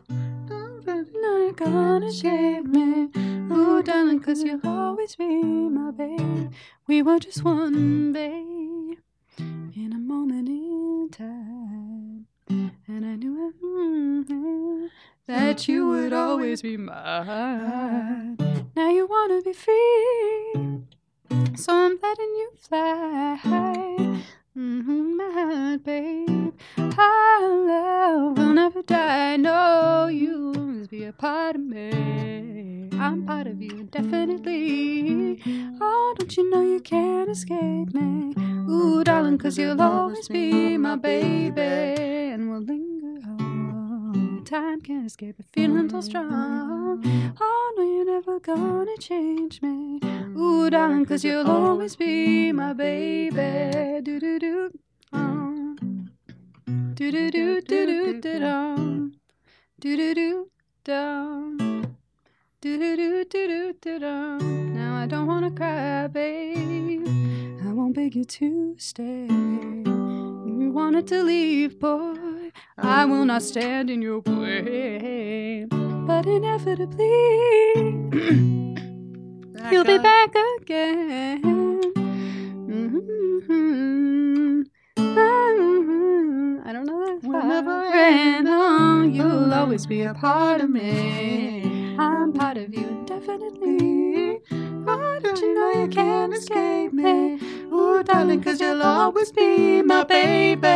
[SPEAKER 5] Not gonna shame me. Oh, darling, cause you'll always be my babe. We were just one babe in a moment in time. And I knew it, mm, that you would always be mine. Now you wanna be free. So I'm letting you fly. Mm-hmm, my babe. Our love will never die. No, you must be a part of me. I'm part of you indefinitely. Oh, don't you know you can't escape me? Ooh, darling, cause you'll always be my baby. And we'll linger on. Time can't escape a feeling so strong. Oh, no, you're never gonna change me. Ooh, darling, cause you'll always be my baby. Do do do. Oh. Do do do do do do dum. Do do do dum. Do do do do do do dum. Now I don't wanna cry, babe. I won't beg you to stay. You wanted to leave, boy. I will not stand in your way. But inevitably. You'll be back again. Mhm. Mhm. I don't know that.
[SPEAKER 3] We'll never
[SPEAKER 5] end. Oh, you'll always be a part of me. I'm part of you indefinitely. Why don't you know you can't escape me? Ooh, darling, cause you'll always be my baby.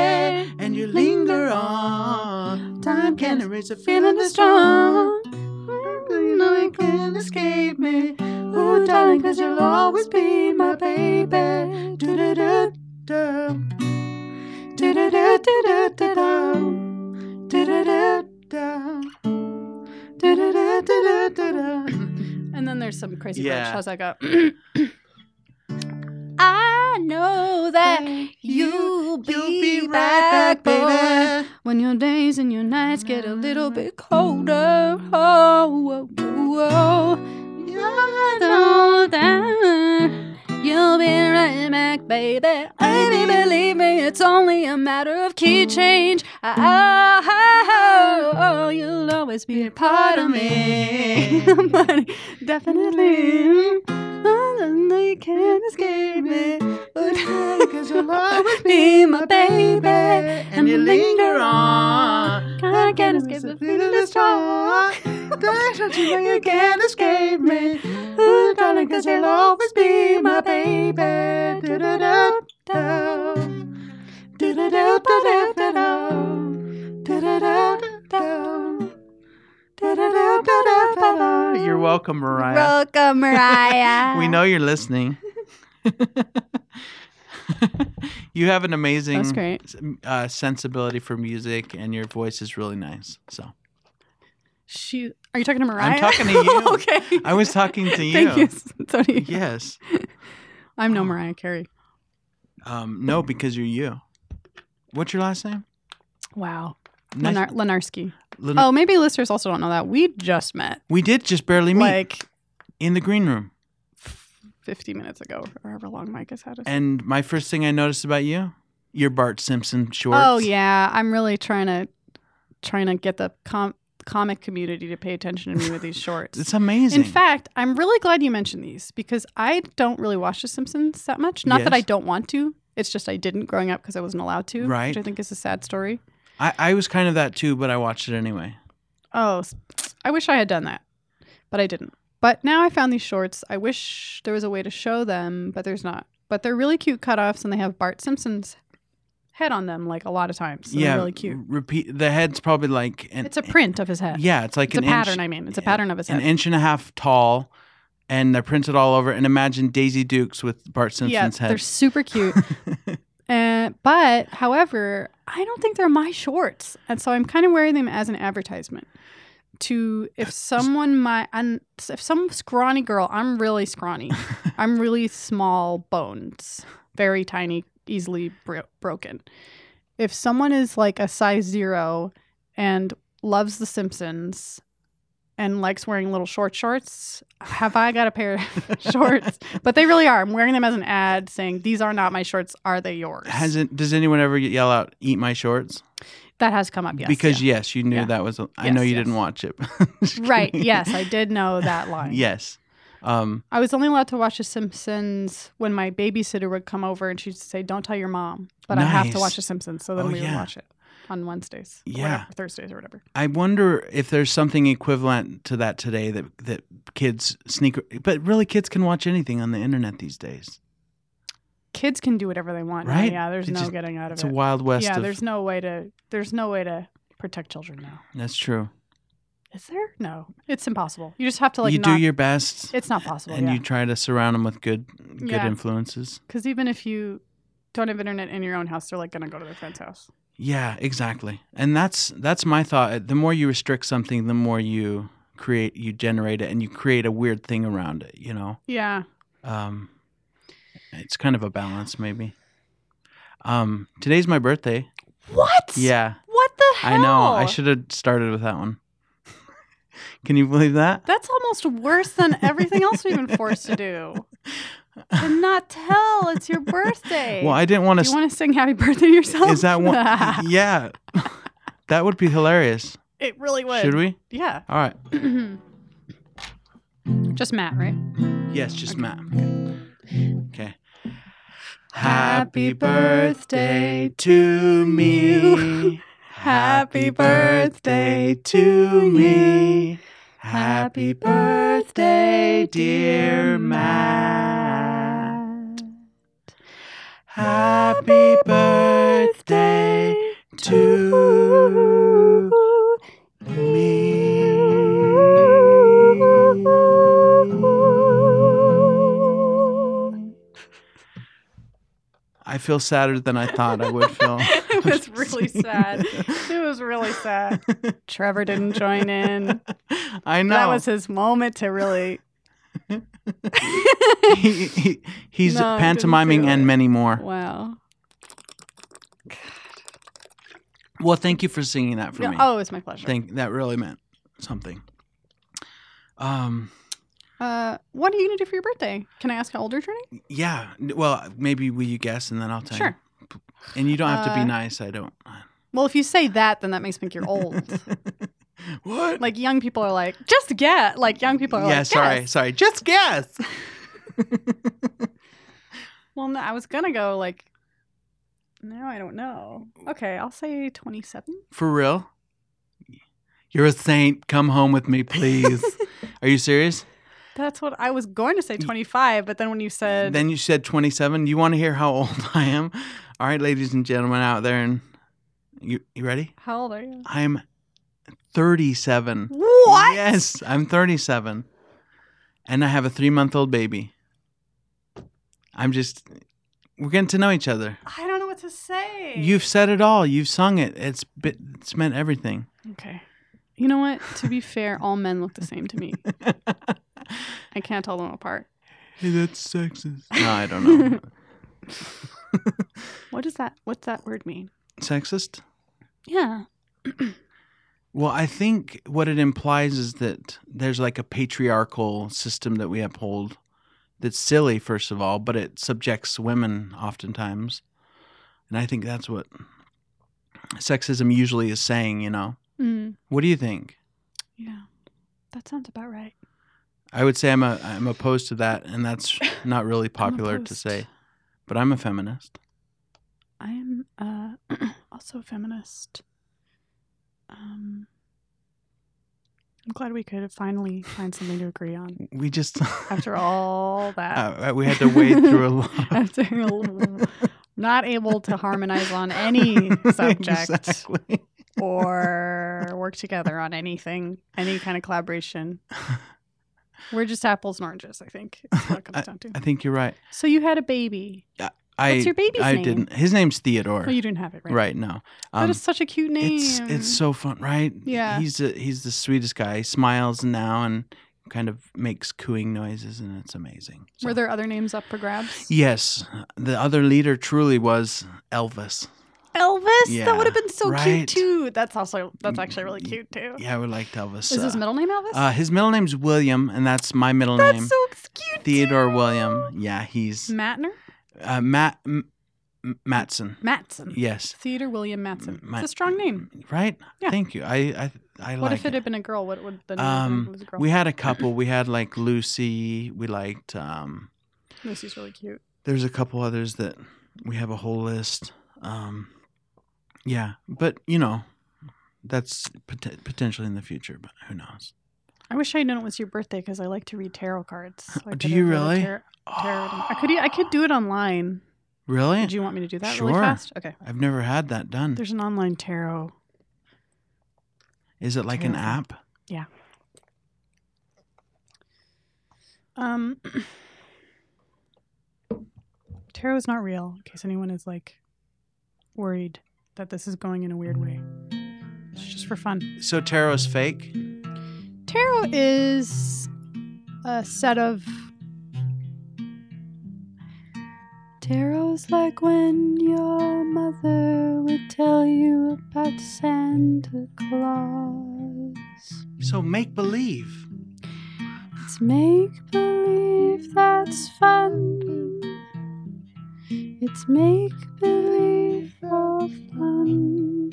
[SPEAKER 2] And you linger on.
[SPEAKER 5] Time
[SPEAKER 2] Can
[SPEAKER 5] can't
[SPEAKER 2] erase the feeling
[SPEAKER 5] feeling
[SPEAKER 2] that's
[SPEAKER 5] is
[SPEAKER 2] strong.
[SPEAKER 5] strong. You know you can't escape me. Oh, darling, cause you'll always be my baby. Do do do do. Do do do do do do do. Do do do do. Do do do do do do do.
[SPEAKER 3] And then there's some crazy
[SPEAKER 2] Yeah.
[SPEAKER 3] bridge. How's that go?
[SPEAKER 5] I know that you'll be, back, boy. When your days and your nights get a little bit colder, oh, oh, oh, oh. I know that you'll be right back, baby. Baby, believe me, it's only a matter of key change. Oh, oh, oh, you'll always be a part of me. But definitely, oh, no, you can't escape me. Because you'll always be my baby and you linger on. I can't escape the feeling that's strong. Don't you know you can't escape me? Ooh, darling, cause you'll always be my baby. Do-do-do-do. Do-do-do-do-do-do. Do-do-do-do. Do-do-do-do.
[SPEAKER 2] You're welcome, Mariah.
[SPEAKER 5] Welcome, Mariah.
[SPEAKER 2] We know you're listening. you have an amazing
[SPEAKER 3] That's great.
[SPEAKER 2] Uh, sensibility for music, and your voice is really nice. So
[SPEAKER 3] She. Are you talking to Mariah?
[SPEAKER 2] talking to you.
[SPEAKER 3] okay.
[SPEAKER 2] I was talking to you.
[SPEAKER 3] Thank you, Tony.
[SPEAKER 2] Yes.
[SPEAKER 3] I'm no Mariah Carey.
[SPEAKER 2] Um, no, because you're you. What's your last name?
[SPEAKER 3] Wow.
[SPEAKER 2] Nice-
[SPEAKER 3] Lenar- Lenarski.
[SPEAKER 2] Lin-
[SPEAKER 3] Oh, maybe listeners also don't know that. We just met
[SPEAKER 2] We did just barely meet
[SPEAKER 3] like
[SPEAKER 2] in the green room.
[SPEAKER 3] 50 minutes ago, or however long Mike has had us.
[SPEAKER 2] And my first thing I noticed about you, you're Bart Simpson shorts.
[SPEAKER 3] Oh yeah, I'm really trying to trying to get the com- comic community to pay attention to me with these shorts.
[SPEAKER 2] It's amazing.
[SPEAKER 3] In fact, I'm really glad you mentioned these because I don't really watch The Simpsons that much. Not that I
[SPEAKER 2] Yes.
[SPEAKER 3] don't want to. It's just I didn't growing up because I wasn't allowed to,
[SPEAKER 2] Right.
[SPEAKER 3] which I think is a sad story.
[SPEAKER 2] I, I was kind of that too, but I watched it anyway.
[SPEAKER 3] Oh, s- I wish I had done that, but I didn't. But now I found these shorts. I wish there was a way to show them, but there's not. But they're really cute cutoffs, and they have Bart Simpson's head on them like a lot of times. So
[SPEAKER 2] yeah, Mm,
[SPEAKER 3] they're really cute.
[SPEAKER 2] Repeat the head's probably like an,
[SPEAKER 3] It's a print of his head.
[SPEAKER 2] yeah, it's like
[SPEAKER 3] It's a
[SPEAKER 2] an
[SPEAKER 3] pattern,
[SPEAKER 2] inch,
[SPEAKER 3] I mean. It's a pattern of his
[SPEAKER 2] an
[SPEAKER 3] head.
[SPEAKER 2] inch and a half tall, and they're printed all over. And imagine Daisy Dukes with Bart
[SPEAKER 3] yeah,
[SPEAKER 2] Simpson's
[SPEAKER 3] they're
[SPEAKER 2] head.
[SPEAKER 3] super cute. and, but, however, I don't think they're my shorts. And so I'm kind of wearing them as an advertisement to if someone my and if some scrawny girl, I'm really scrawny. I'm really small bones, very tiny, easily bro- broken. If someone is like a size 0 and loves the Simpsons and likes wearing little short shorts, have I got a pair of shorts? But they really are. I'm wearing them as an ad saying, These are not my shorts. Are they yours?
[SPEAKER 2] Hasn't does anyone ever yell out "Eat my shorts"?
[SPEAKER 3] that has come up, yes.
[SPEAKER 2] because
[SPEAKER 3] yeah.
[SPEAKER 2] yes, you knew
[SPEAKER 3] Yeah.
[SPEAKER 2] that was. a- I
[SPEAKER 3] Yes,
[SPEAKER 2] know you
[SPEAKER 3] yes.
[SPEAKER 2] didn't watch it.
[SPEAKER 3] Right. Yes, I did know that line.
[SPEAKER 2] yes. Um,
[SPEAKER 3] I was only allowed to watch The Simpsons when my babysitter would come over and she'd say, Don't tell your mom, but I have to
[SPEAKER 2] Nice.
[SPEAKER 3] watch The Simpsons. So then
[SPEAKER 2] Oh,
[SPEAKER 3] we would
[SPEAKER 2] yeah.
[SPEAKER 3] watch it on Wednesdays. or
[SPEAKER 2] Yeah.
[SPEAKER 3] whatever, Thursdays or whatever.
[SPEAKER 2] I wonder if there's something equivalent to that today that that kids sneak, but really kids can watch anything on the internet these days.
[SPEAKER 3] Kids can do whatever they want. now.
[SPEAKER 2] Right.
[SPEAKER 3] Yeah, there's
[SPEAKER 2] They
[SPEAKER 3] no
[SPEAKER 2] just-
[SPEAKER 3] getting out of
[SPEAKER 2] It's
[SPEAKER 3] it.
[SPEAKER 2] a wild west.
[SPEAKER 3] yeah,
[SPEAKER 2] of,
[SPEAKER 3] there's no way to there's no way to protect children now.
[SPEAKER 2] that's true.
[SPEAKER 3] Is there? No. It's impossible. You just have to like
[SPEAKER 2] you
[SPEAKER 3] not,
[SPEAKER 2] do your best,
[SPEAKER 3] it's not possible.
[SPEAKER 2] and
[SPEAKER 3] Yeah.
[SPEAKER 2] you try to surround them with good good
[SPEAKER 3] Yeah.
[SPEAKER 2] influences.
[SPEAKER 3] Because even if you don't have internet in your own house, they're like gonna go to their friend's house.
[SPEAKER 2] Yeah, exactly. And that's that's my thought. Uh, The more you restrict something, the more you create, you generate it, and you create a weird thing around it. You know.
[SPEAKER 3] Yeah.
[SPEAKER 2] Um, it's kind of a balance, maybe. Um, today's my birthday.
[SPEAKER 5] what?
[SPEAKER 2] Yeah,
[SPEAKER 5] What the hell?
[SPEAKER 2] I know. I should have started with that one. Can you believe that?
[SPEAKER 3] That's almost worse than everything else we've been forced to do. And not tell it's your birthday.
[SPEAKER 2] Well, I didn't want
[SPEAKER 3] do
[SPEAKER 2] to.
[SPEAKER 3] you want to sing happy birthday to yourself?
[SPEAKER 2] Is that one? yeah, that would be hilarious.
[SPEAKER 3] it really would.
[SPEAKER 2] Should we?
[SPEAKER 3] Yeah.
[SPEAKER 2] All right.
[SPEAKER 3] Just Matt, right?
[SPEAKER 2] Yes, just Matt. Okay.
[SPEAKER 3] Happy birthday
[SPEAKER 2] to
[SPEAKER 3] me. Happy birthday
[SPEAKER 2] to
[SPEAKER 3] me.
[SPEAKER 2] Happy
[SPEAKER 3] birthday,
[SPEAKER 2] dear Matt. Happy birthday to me. I feel sadder than I thought I would feel.
[SPEAKER 3] it was really sad. It was really sad. Trevor didn't join in.
[SPEAKER 2] I know.
[SPEAKER 3] That was his moment to really.
[SPEAKER 2] he, he- he's
[SPEAKER 3] No, I didn't
[SPEAKER 2] pantomiming
[SPEAKER 3] feel it.
[SPEAKER 2] and many more.
[SPEAKER 3] Wow.
[SPEAKER 2] Well, thank you for singing that for
[SPEAKER 3] No,
[SPEAKER 2] me.
[SPEAKER 3] oh, it's my pleasure.
[SPEAKER 2] Thank that really meant something. Um,
[SPEAKER 3] Uh, what are you gonna do for your birthday? Can I ask how old you're turning?
[SPEAKER 2] yeah. n- Well, maybe will you guess and then I'll tell
[SPEAKER 3] Sure.
[SPEAKER 2] you. And you don't have to be
[SPEAKER 3] Uh,
[SPEAKER 2] nice. I don't.
[SPEAKER 3] Well, if you say that, then that makes me think you're old.
[SPEAKER 2] What?
[SPEAKER 3] like young people are like, just get. Like young people are
[SPEAKER 2] yeah.
[SPEAKER 3] like,
[SPEAKER 2] sorry.
[SPEAKER 3] "Guess."
[SPEAKER 2] Sorry. Just guess.
[SPEAKER 3] Well, no, I was gonna go like. No, I don't know. Okay, I'll say 27.
[SPEAKER 2] For real. You're a saint. Come home with me, please. Are you serious?
[SPEAKER 3] That's what I was going to say 25, but then when you said
[SPEAKER 2] Then you said 27. You want to hear how old I am? All right, ladies and gentlemen out there, and you, you ready?
[SPEAKER 3] how old are you?
[SPEAKER 2] I'm 37.
[SPEAKER 5] What?
[SPEAKER 2] Yes, I'm 37. And I have a three month old baby. I'm just, we're getting to know each other.
[SPEAKER 3] I don't know what to say.
[SPEAKER 2] You've said it all, you've sung it. It's, be- it's meant everything.
[SPEAKER 3] Okay. You know what? To be fair, all men look the same to me. I can't tell them apart.
[SPEAKER 2] Hey, that's sexist. No, I don't know.
[SPEAKER 3] What does that what's that word mean?
[SPEAKER 2] sexist?
[SPEAKER 3] Yeah.
[SPEAKER 2] Well, I think what it implies is that there's like a patriarchal system that we uphold that's silly, first of all, but it subjects women oftentimes. And I think that's what sexism usually is saying, you know?
[SPEAKER 3] Mm,
[SPEAKER 2] What do you think?
[SPEAKER 3] yeah. That sounds about right.
[SPEAKER 2] I would say I'm, a, I'm opposed to that, and that's not really popular to
[SPEAKER 3] opposed.
[SPEAKER 2] say, but I'm a feminist.
[SPEAKER 3] I am uh, also a feminist. Um, I'm glad we could finally find something to agree on
[SPEAKER 2] We just,
[SPEAKER 3] after all that.
[SPEAKER 2] uh, we had to wade through a lot.
[SPEAKER 3] after a l- not able to harmonize on any subject
[SPEAKER 2] Exactly.
[SPEAKER 3] or work together on anything, any kind of collaboration. We're just apples and oranges, I think. That's what it comes down to.
[SPEAKER 2] I think you're right.
[SPEAKER 3] So you had a baby.
[SPEAKER 2] I,
[SPEAKER 3] What's your baby's
[SPEAKER 2] I
[SPEAKER 3] name?
[SPEAKER 2] didn't. His name's Theodore.
[SPEAKER 3] Well, you didn't have it, right?
[SPEAKER 2] Right now, Um,
[SPEAKER 3] that is such a cute name.
[SPEAKER 2] it's it's so fun, right?
[SPEAKER 3] Yeah.
[SPEAKER 2] he's a, he's the sweetest guy. He smiles now and kind of makes cooing noises, and it's amazing. So-
[SPEAKER 3] Were there other names up for grabs?
[SPEAKER 2] Yes, the other leader truly was Elvis.
[SPEAKER 3] Elvis. That
[SPEAKER 2] Yeah,
[SPEAKER 3] would have been so
[SPEAKER 2] right.
[SPEAKER 3] cute too. That's also that's actually really cute too.
[SPEAKER 2] Yeah, we liked Elvis.
[SPEAKER 3] Oh. Is his
[SPEAKER 2] Uh,
[SPEAKER 3] middle name Elvis?
[SPEAKER 2] uh, his middle name's William, and that's my middle
[SPEAKER 3] that's
[SPEAKER 2] name,
[SPEAKER 3] so cute.
[SPEAKER 2] Theodore
[SPEAKER 3] too.
[SPEAKER 2] William. Yeah, he's
[SPEAKER 3] Matner
[SPEAKER 2] uh, Matt M- M- Matson.
[SPEAKER 3] Matson.
[SPEAKER 2] Yes,
[SPEAKER 3] Theodore William Matson.
[SPEAKER 2] Ma-
[SPEAKER 3] it's a strong name.
[SPEAKER 2] right.
[SPEAKER 3] Yeah.
[SPEAKER 2] Thank you. I I, I
[SPEAKER 3] what
[SPEAKER 2] like
[SPEAKER 3] if it, had been a girl? What would the name
[SPEAKER 2] Um,
[SPEAKER 3] was a girl?
[SPEAKER 2] we had a couple. We had like Lucy. We liked. Um,
[SPEAKER 3] Lucy's really cute.
[SPEAKER 2] there's a couple others that we have a whole list. Um, yeah, but you know, that's pot- potentially in the future, but who knows?
[SPEAKER 3] I wish I had known it was your birthday because I like to read tarot cards. so I
[SPEAKER 2] Oh, Do
[SPEAKER 3] could
[SPEAKER 2] you
[SPEAKER 3] have read a
[SPEAKER 2] really?
[SPEAKER 3] tar- tarot to- I could e, I could do it online.
[SPEAKER 2] Really?
[SPEAKER 3] Did you want me to do that really
[SPEAKER 2] Sure. Hmm.
[SPEAKER 3] fast? Okay.
[SPEAKER 2] I've never had that done.
[SPEAKER 3] There's an online tarot.
[SPEAKER 2] Is it like an
[SPEAKER 3] Terrible.
[SPEAKER 2] app?
[SPEAKER 3] Um, tarot is not real. In case anyone is like worried that this is going in a weird way, it's just for fun.
[SPEAKER 2] So tarot's fake?
[SPEAKER 3] Tarot is a set of.
[SPEAKER 5] Tarot's like when your mother would tell you about Santa Claus.
[SPEAKER 2] So make believe.
[SPEAKER 5] It's make believe that's fun. It's make believe for fun.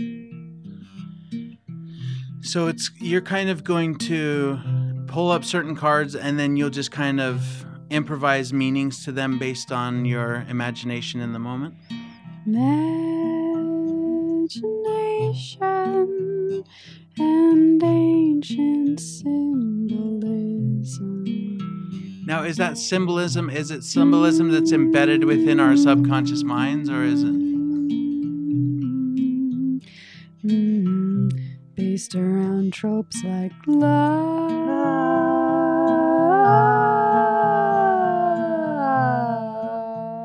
[SPEAKER 2] So it's you're kind of going to pull up certain cards and then you'll just kind of improvise meanings to them based on your imagination in the moment.
[SPEAKER 5] Imagination and ancient symbolism.
[SPEAKER 2] Now, is that symbolism? Is it symbolism that's embedded within our subconscious minds, or is it?
[SPEAKER 5] Mm, Based around tropes like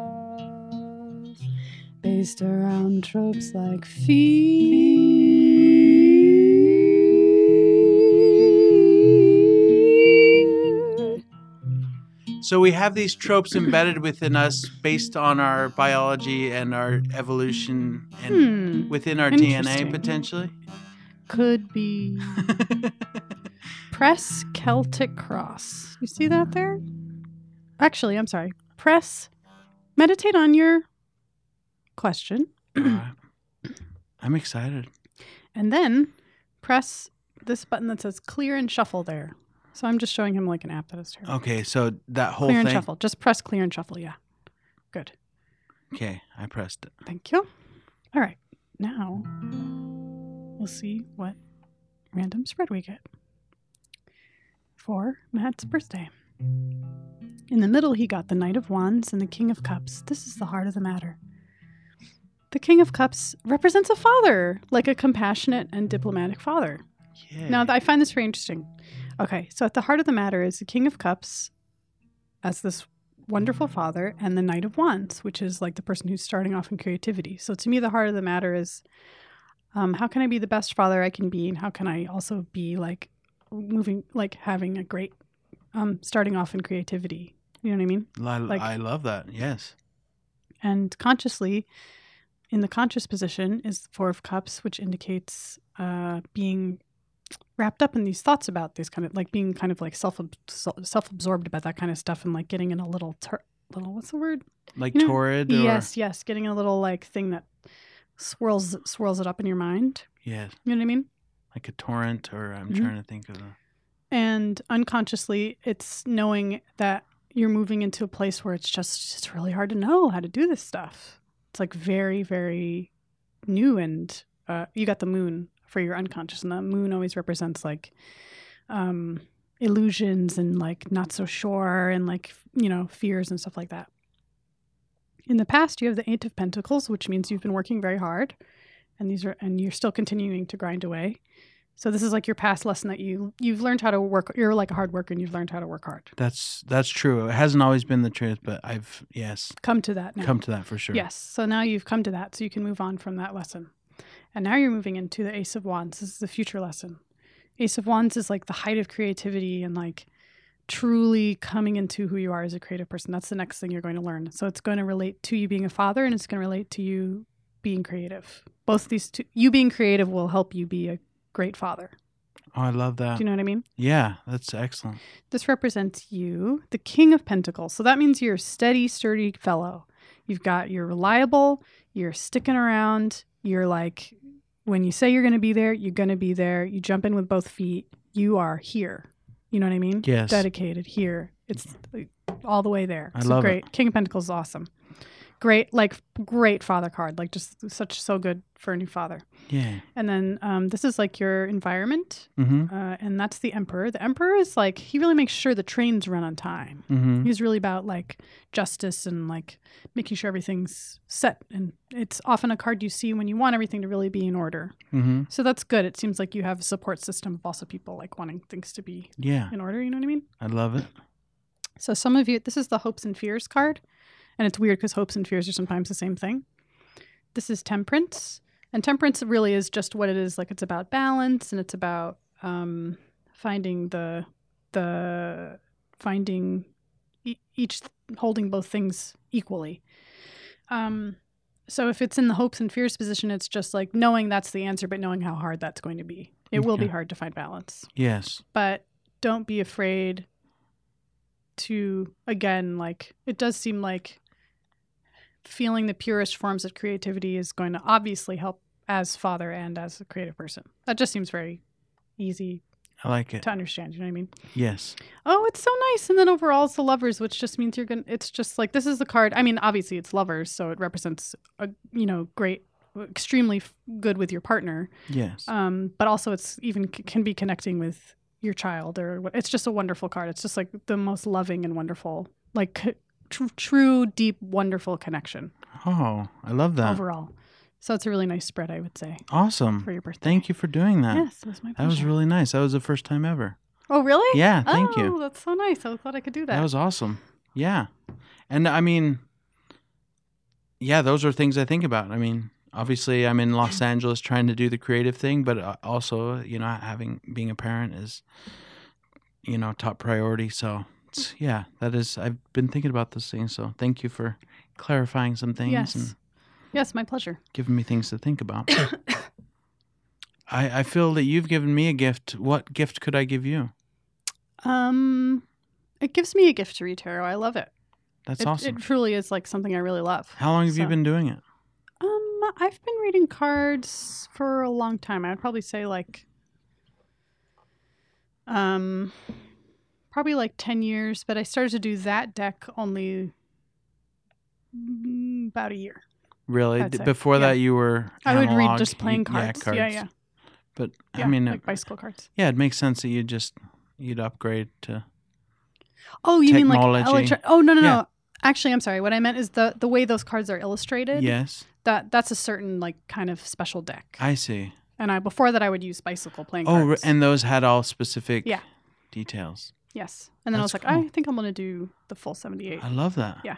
[SPEAKER 5] love, based around tropes like fear.
[SPEAKER 2] So we have these tropes embedded within us based on our biology and our evolution and
[SPEAKER 3] Hmm.
[SPEAKER 2] within our DNA
[SPEAKER 3] Interesting.
[SPEAKER 2] potentially.
[SPEAKER 3] Could be press Celtic cross. You see that there? Actually, I'm sorry. Press. Meditate on your question,
[SPEAKER 2] All right. I'm excited.
[SPEAKER 3] and then press this button that says clear and shuffle there. So I'm just showing him like an app that is terrible.
[SPEAKER 2] Okay, so that whole
[SPEAKER 3] clear and
[SPEAKER 2] thing.
[SPEAKER 3] shuffle. Just press clear and shuffle. Yeah. Good.
[SPEAKER 2] Okay, I pressed it.
[SPEAKER 3] Thank you. All right. Now we'll see what random spread we get for Matt's birthday. In the middle, he got the Knight of Wands and the King of Cups. This is the heart of the matter. The King of Cups represents a father, like a compassionate and diplomatic father.
[SPEAKER 2] Yeah.
[SPEAKER 3] Now, I find this very interesting. Okay, so at the heart of the matter is the King of Cups as this wonderful father and the Knight of Wands, which is like the person who's starting off in creativity. So to me, the heart of the matter is um, how can I be the best father I can be? And how can I also be like moving, like having a great um, starting off in creativity? You know what I mean?
[SPEAKER 2] I,
[SPEAKER 3] like-
[SPEAKER 2] I love that. Yes.
[SPEAKER 3] and consciously in the conscious position is the four of cups which indicates uh, being wrapped up in these thoughts about these kind of like being kind of like self self absorbed about that kind of stuff and like getting in a little tur- little what's the word
[SPEAKER 2] Like
[SPEAKER 3] You know,
[SPEAKER 2] torrid. Or,
[SPEAKER 3] yes yes getting in a little like thing that swirls swirls it up in your mind
[SPEAKER 2] Yes.
[SPEAKER 3] you know what i mean
[SPEAKER 2] Like a torrent, or I'm
[SPEAKER 3] Mhm.
[SPEAKER 2] trying to think of the.
[SPEAKER 3] and unconsciously it's knowing that you're moving into a place where it's just it's really hard to know how to do this stuff it's like very very new and uh, you got the moon for your unconscious and the moon always represents like um illusions and like not so sure and like you know fears and stuff like that in the past you have the eight of pentacles which means you've been working very hard and these are and you're still continuing to grind away so this is like your past lesson that you you've learned how to work. You're like a hard worker, and you've learned how to work hard.
[SPEAKER 2] That's that's true. It hasn't always been the truth, but I've yes
[SPEAKER 3] Come to that now.
[SPEAKER 2] come to that for sure.
[SPEAKER 3] Yes. So now you've come to that, so you can move on from that lesson. And now you're moving into the Ace of Wands. This is the future lesson. Ace of Wands is like the height of creativity and like truly coming into who you are as a creative person. That's the next thing you're going to learn. So it's going to relate to you being a father and it's going to relate to you being creative. Both these two, you being creative will help you be a great father.
[SPEAKER 2] Oh, I love that.
[SPEAKER 3] Do you know what I mean?
[SPEAKER 2] yeah, that's excellent.
[SPEAKER 3] This represents you, the King of Pentacles. So that means you're a steady, sturdy fellow. You've got you're reliable, you're sticking around, you're like when you say you're going to be there, you're going to be there. You jump in with both feet. You are here. You know what I mean?
[SPEAKER 2] Yes.
[SPEAKER 3] Dedicated here. It's like, all the way there.
[SPEAKER 2] I
[SPEAKER 3] so
[SPEAKER 2] love it.
[SPEAKER 3] great. King of Pentacles is awesome. Great, like great father card. Like just such so good for a new father.
[SPEAKER 2] Yeah.
[SPEAKER 3] And then um, this is like your environment
[SPEAKER 2] Mm-hmm.
[SPEAKER 3] uh, and that's the emperor. The emperor is like he really makes sure the trains run on time.
[SPEAKER 2] Mm-hmm.
[SPEAKER 3] He's really about like justice and like making sure everything's set. And it's often a card you see when you want everything to really be in order.
[SPEAKER 2] Mm-hmm.
[SPEAKER 3] So that's good. It seems like you have a support system of also people like wanting things to be
[SPEAKER 2] Yeah,
[SPEAKER 3] in order. You know what I mean?
[SPEAKER 2] I love it.
[SPEAKER 3] So some of you, this is the hopes and fears card, and it's weird because hopes and fears are sometimes the same thing. This is temperance, and temperance really is just what it is. Like it's about balance, and it's about um, finding the the finding e- each holding both things equally. Um, so if it's in the hopes and fears position, it's just like knowing that's the answer, but knowing how hard that's going to be. It will be
[SPEAKER 2] Okay.
[SPEAKER 3] hard to find balance
[SPEAKER 2] Yes.
[SPEAKER 3] but don't be afraid to again like it does seem like feeling the purest forms of creativity is going to obviously help as father and as a creative person that just seems very easy
[SPEAKER 2] I like it.
[SPEAKER 3] to understand you know what i mean
[SPEAKER 2] Yes.
[SPEAKER 3] oh it's so nice and then overall it's the lovers which just means you're gonna it's just like this is the card i mean obviously it's lovers so it represents a you know great extremely f- good with your partner
[SPEAKER 2] Yes.
[SPEAKER 3] um, but also it's even c- can be connecting with your child or what- it's just a wonderful card it's just like the most loving and wonderful like c- tr- true deep wonderful connection
[SPEAKER 2] oh, I love that.
[SPEAKER 3] overall so it's a really nice spread i would say for
[SPEAKER 2] Awesome.
[SPEAKER 3] your birthday
[SPEAKER 2] Mm. Thank you for doing that.
[SPEAKER 3] yes it was my
[SPEAKER 2] That
[SPEAKER 3] pleasure
[SPEAKER 2] was really nice. That was the first time ever.
[SPEAKER 3] oh really
[SPEAKER 2] Yeah, thank
[SPEAKER 3] oh,
[SPEAKER 2] you.
[SPEAKER 3] that's so nice i thought i could do that,
[SPEAKER 2] That was awesome. Yeah. And I mean, yeah, those are things I think about. I mean, obviously, I'm in Los Angeles trying to do the creative thing, but uh, also, you know, having being a parent is, you know, top priority. So, it's-
[SPEAKER 3] Mm.
[SPEAKER 2] yeah, that is, I've been thinking about this thing. So, thank you for clarifying some things
[SPEAKER 3] Yes.
[SPEAKER 2] and
[SPEAKER 3] yes my pleasure
[SPEAKER 2] giving me things to think about. I, I feel that you've given me a gift. What gift could I give you?
[SPEAKER 3] um it gives me a gift to read tarot i love it
[SPEAKER 2] That's
[SPEAKER 3] it,
[SPEAKER 2] awesome.
[SPEAKER 3] it truly is like something i really love
[SPEAKER 2] How long have you
[SPEAKER 3] so-
[SPEAKER 2] been doing it?
[SPEAKER 3] Um, I've been reading cards for a long time. I'd probably say like, um, probably like ten years. But I started to do that deck only mm, about a year.
[SPEAKER 2] Really?
[SPEAKER 3] I'd
[SPEAKER 2] D-
[SPEAKER 3] say,
[SPEAKER 2] Before
[SPEAKER 3] yeah.
[SPEAKER 2] that, you were
[SPEAKER 3] I would read
[SPEAKER 2] analog,
[SPEAKER 3] just
[SPEAKER 2] you-
[SPEAKER 3] playing
[SPEAKER 2] yeah,
[SPEAKER 3] cards. Yeah, yeah.
[SPEAKER 2] But
[SPEAKER 3] yeah
[SPEAKER 2] I mean, uh,
[SPEAKER 3] like
[SPEAKER 2] it,
[SPEAKER 3] bicycle cards.
[SPEAKER 2] yeah, it makes sense that you just you'd upgrade to
[SPEAKER 3] Oh, you mean like
[SPEAKER 2] technology.
[SPEAKER 3] electro- Oh no no no.
[SPEAKER 2] Yeah.
[SPEAKER 3] Actually, I'm sorry. What I meant is the the way those cards are illustrated.
[SPEAKER 2] yes.
[SPEAKER 3] That that's a certain like kind of special deck.
[SPEAKER 2] I see.
[SPEAKER 3] And I before that I would use bicycle playing
[SPEAKER 2] Oh,
[SPEAKER 3] cards.
[SPEAKER 2] and those had all specific
[SPEAKER 3] Yeah.
[SPEAKER 2] details.
[SPEAKER 3] yes. And then I was
[SPEAKER 2] That's
[SPEAKER 3] like,
[SPEAKER 2] cool.
[SPEAKER 3] I think I'm gonna do the full seventy eight.
[SPEAKER 2] I love that.
[SPEAKER 3] Yeah.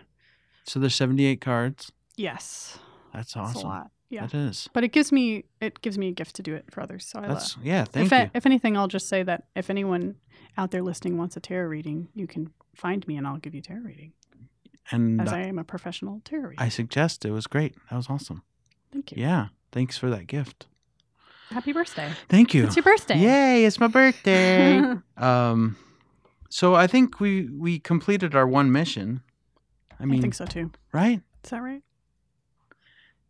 [SPEAKER 2] So there's 78 cards.
[SPEAKER 3] yes.
[SPEAKER 2] That's
[SPEAKER 3] That's a
[SPEAKER 2] awesome.
[SPEAKER 3] lot. Yeah.
[SPEAKER 2] That is.
[SPEAKER 3] But it gives me it gives me a gift to do it for others. So I
[SPEAKER 2] That's
[SPEAKER 3] love
[SPEAKER 2] yeah. Thank
[SPEAKER 3] if, I-
[SPEAKER 2] you.
[SPEAKER 3] if anything, I'll just say that if anyone out there listening wants a tarot reading, you can find me and I'll give you tarot reading.
[SPEAKER 2] and
[SPEAKER 3] As
[SPEAKER 2] I,
[SPEAKER 3] I am a professional tarot reader.
[SPEAKER 2] I suggest it was great. That was awesome.
[SPEAKER 3] Thank you.
[SPEAKER 2] Yeah. Thanks for that gift.
[SPEAKER 3] Happy birthday.
[SPEAKER 2] Thank you.
[SPEAKER 3] It's your birthday.
[SPEAKER 2] Yay! It's my birthday. um, so I think we we completed our one mission. I
[SPEAKER 3] I
[SPEAKER 2] mean,
[SPEAKER 3] think so too.
[SPEAKER 2] right?
[SPEAKER 3] Is that right?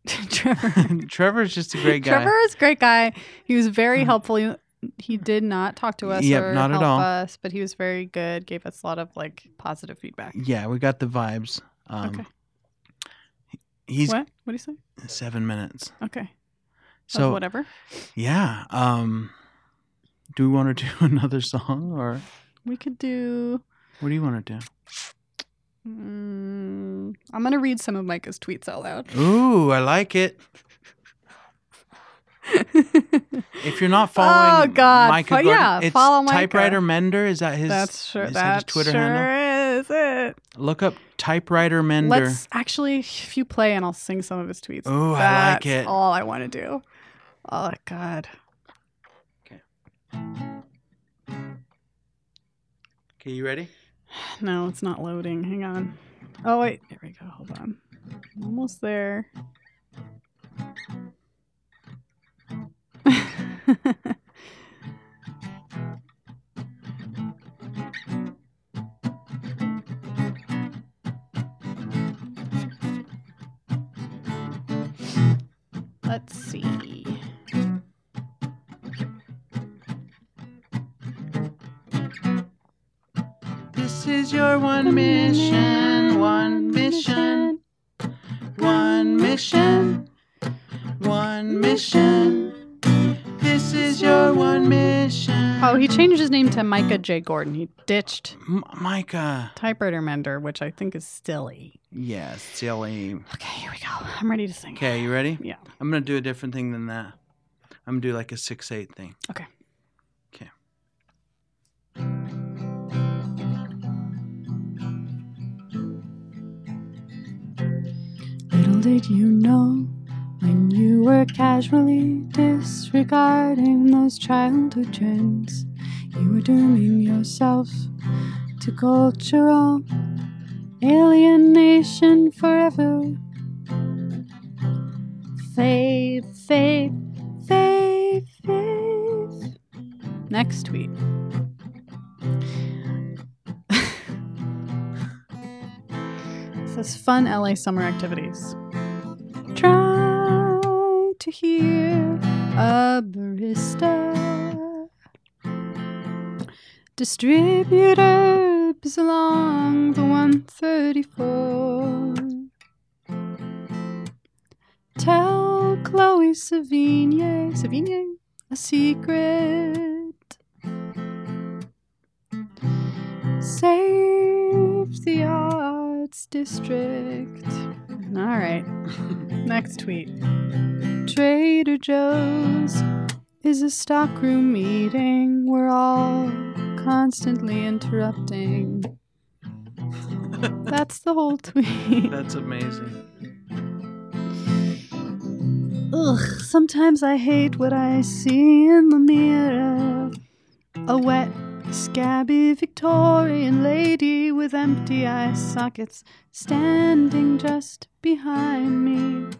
[SPEAKER 3] Trevor.
[SPEAKER 2] Trevor's just a great guy.
[SPEAKER 3] Trevor is a great guy. He was very
[SPEAKER 2] Mm.
[SPEAKER 3] helpful. He, he did not talk to us
[SPEAKER 2] Yep,
[SPEAKER 3] or
[SPEAKER 2] not at
[SPEAKER 3] help
[SPEAKER 2] all.
[SPEAKER 3] us, but he was very good. Gave us a lot of like positive feedback.
[SPEAKER 2] Yeah, we got the vibes. Um,
[SPEAKER 3] Okay.
[SPEAKER 2] He's
[SPEAKER 3] what? What do you say?
[SPEAKER 2] seven minutes.
[SPEAKER 3] Okay. Of
[SPEAKER 2] So
[SPEAKER 3] whatever.
[SPEAKER 2] yeah. Um, do we want to do another song or
[SPEAKER 3] We could do.
[SPEAKER 2] what do you want to do?
[SPEAKER 3] Mm, I'm gonna read some of Micah's tweets out loud.
[SPEAKER 2] Ooh, I like it. If you're not following,
[SPEAKER 3] Oh, God.
[SPEAKER 2] Micah
[SPEAKER 3] Fo-
[SPEAKER 2] Gordon,
[SPEAKER 3] yeah,
[SPEAKER 2] it's
[SPEAKER 3] follow Micah.
[SPEAKER 2] typewriter mender. Is that his?
[SPEAKER 3] that's sure.
[SPEAKER 2] is that his
[SPEAKER 3] That
[SPEAKER 2] Twitter
[SPEAKER 3] sure
[SPEAKER 2] handle?
[SPEAKER 3] is it.
[SPEAKER 2] Look up typewriter mender.
[SPEAKER 3] Let's actually, if you play, and I'll sing some of his tweets.
[SPEAKER 2] Ooh, I like
[SPEAKER 3] That's
[SPEAKER 2] it.
[SPEAKER 3] All I want to do. Oh God.
[SPEAKER 2] okay, you ready?
[SPEAKER 3] No, it's not loading. Hang on. Oh wait, there we go. Hold on. I'm almost there. Let's see.
[SPEAKER 2] This is your one mission, one mission, one mission, one mission. This is your one mission.
[SPEAKER 3] Oh, he changed his name to Micah J. Gordon. He ditched
[SPEAKER 2] M- Micah.
[SPEAKER 3] typewriter mender, which I think is silly.
[SPEAKER 2] Yes, silly.
[SPEAKER 3] Okay, here we go. I'm ready to sing.
[SPEAKER 2] Okay, you ready?
[SPEAKER 3] Yeah.
[SPEAKER 2] I'm gonna do a different thing than that. I'm gonna do like a six eight thing.
[SPEAKER 3] Okay.
[SPEAKER 2] Okay.
[SPEAKER 5] Little did you know when you were casually disregarding those childhood trends, you were dooming yourself to cultural alienation forever. Faith, faith, faith, faith.
[SPEAKER 3] Next tweet. It says fun LA summer activities.
[SPEAKER 5] Try to hear a barista. Distribute herbs along the 134. Tell Chloe Sevigny, Sevigny a secret. Save the arts district.
[SPEAKER 3] All right. Next tweet.
[SPEAKER 5] Trader Joe's is a stockroom meeting. We're all constantly interrupting. That's the whole tweet.
[SPEAKER 2] That's amazing.
[SPEAKER 5] Ugh, sometimes I hate what I see in the mirror. A wet, scabby Victorian lady with empty eye sockets standing just behind me.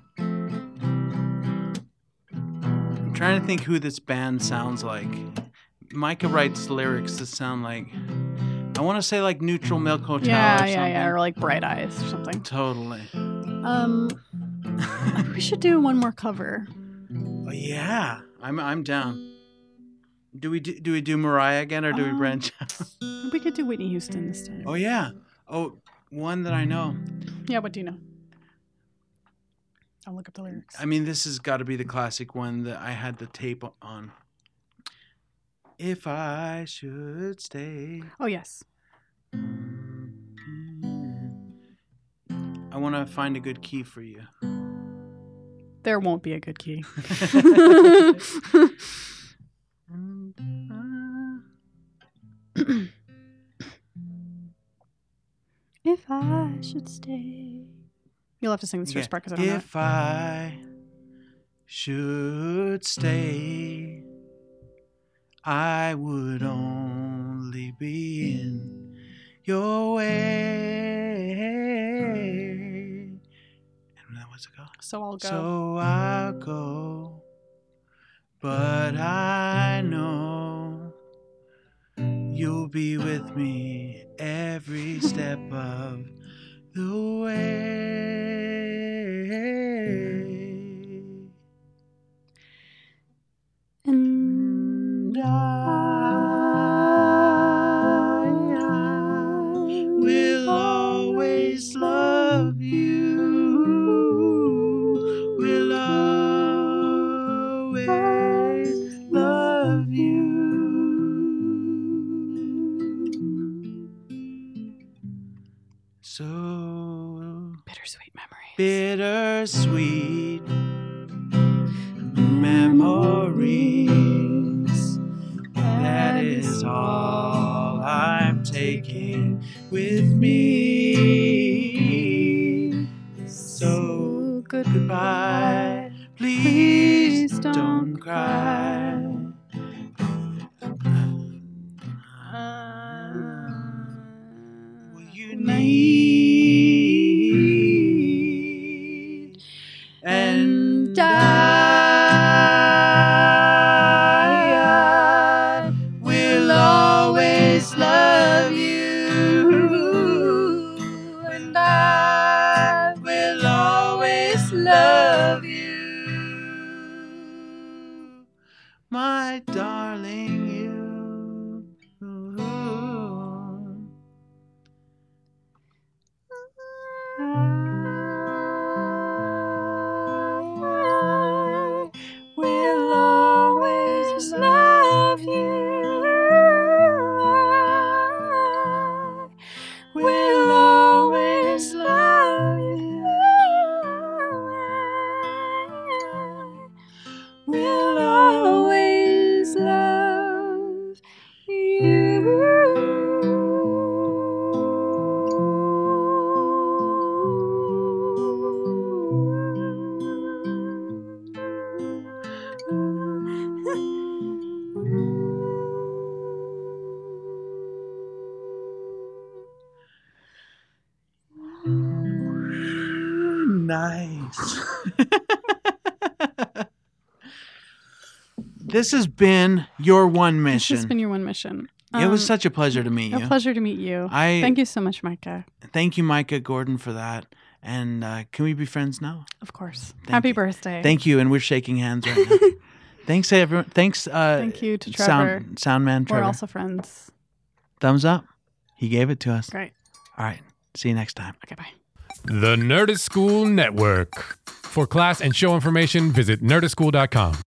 [SPEAKER 2] I'm trying to think who this band sounds like. Micah writes lyrics that sound like I want to say like Neutral Milk Hotel. or
[SPEAKER 3] yeah,
[SPEAKER 2] something.
[SPEAKER 3] yeah, yeah. Or like bright eyes or something.
[SPEAKER 2] Totally.
[SPEAKER 3] Um, we should do one more cover.
[SPEAKER 2] Oh, yeah, I'm I'm down. Do we do, do we do Mariah again or do we
[SPEAKER 3] Um,
[SPEAKER 2] branch out?
[SPEAKER 3] We could do Whitney Houston this time.
[SPEAKER 2] Oh yeah. Oh, one that I know.
[SPEAKER 3] Yeah, what do you know? I'll look up the lyrics.
[SPEAKER 2] I mean, this has got to be the classic one that I had the tape on. If I should stay. Mm.
[SPEAKER 3] oh yes.
[SPEAKER 2] I want to find a good key for you.
[SPEAKER 3] There won't be a good key.
[SPEAKER 5] If I should stay.
[SPEAKER 3] You'll have to sing this first part because I don't know. it.
[SPEAKER 2] If I should stay, I would only be in your way. And that was a go.
[SPEAKER 3] So I'll go.
[SPEAKER 2] So I go, but I know you'll be with me every step of the way. And I will always love you. Will always love you. So
[SPEAKER 3] Bittersweet memory.
[SPEAKER 2] bittersweet memories. That is all I'm taking with me. So goodbye. Please don't cry. Will you need? And I will always love you. And I will always love you. My darling, you. will always love you. Will always love you. Will always love you. Nice. this has been your one
[SPEAKER 3] This
[SPEAKER 2] mission.
[SPEAKER 3] has been your one mission.
[SPEAKER 2] it was
[SPEAKER 3] Um,
[SPEAKER 2] such a pleasure to meet
[SPEAKER 3] A
[SPEAKER 2] you.
[SPEAKER 3] pleasure to meet you.
[SPEAKER 2] I
[SPEAKER 3] Thank you so much, Micah.
[SPEAKER 2] thank you, Micah Gordon, for that. And uh, can we be friends now?
[SPEAKER 3] Of course.
[SPEAKER 2] Thank
[SPEAKER 3] Happy
[SPEAKER 2] you.
[SPEAKER 3] birthday.
[SPEAKER 2] Thank you, and we're shaking hands right now. thanks, everyone. Thanks. Uh,
[SPEAKER 3] Thank you to Trevor.
[SPEAKER 2] Sound, sound man
[SPEAKER 3] We're
[SPEAKER 2] Trevor.
[SPEAKER 3] also friends.
[SPEAKER 2] Thumbs up. He gave it to us.
[SPEAKER 3] Great.
[SPEAKER 2] All right. See you next time.
[SPEAKER 3] Okay, bye.
[SPEAKER 10] The Nerdist School Network. For class and show information, visit nerdistschool.com.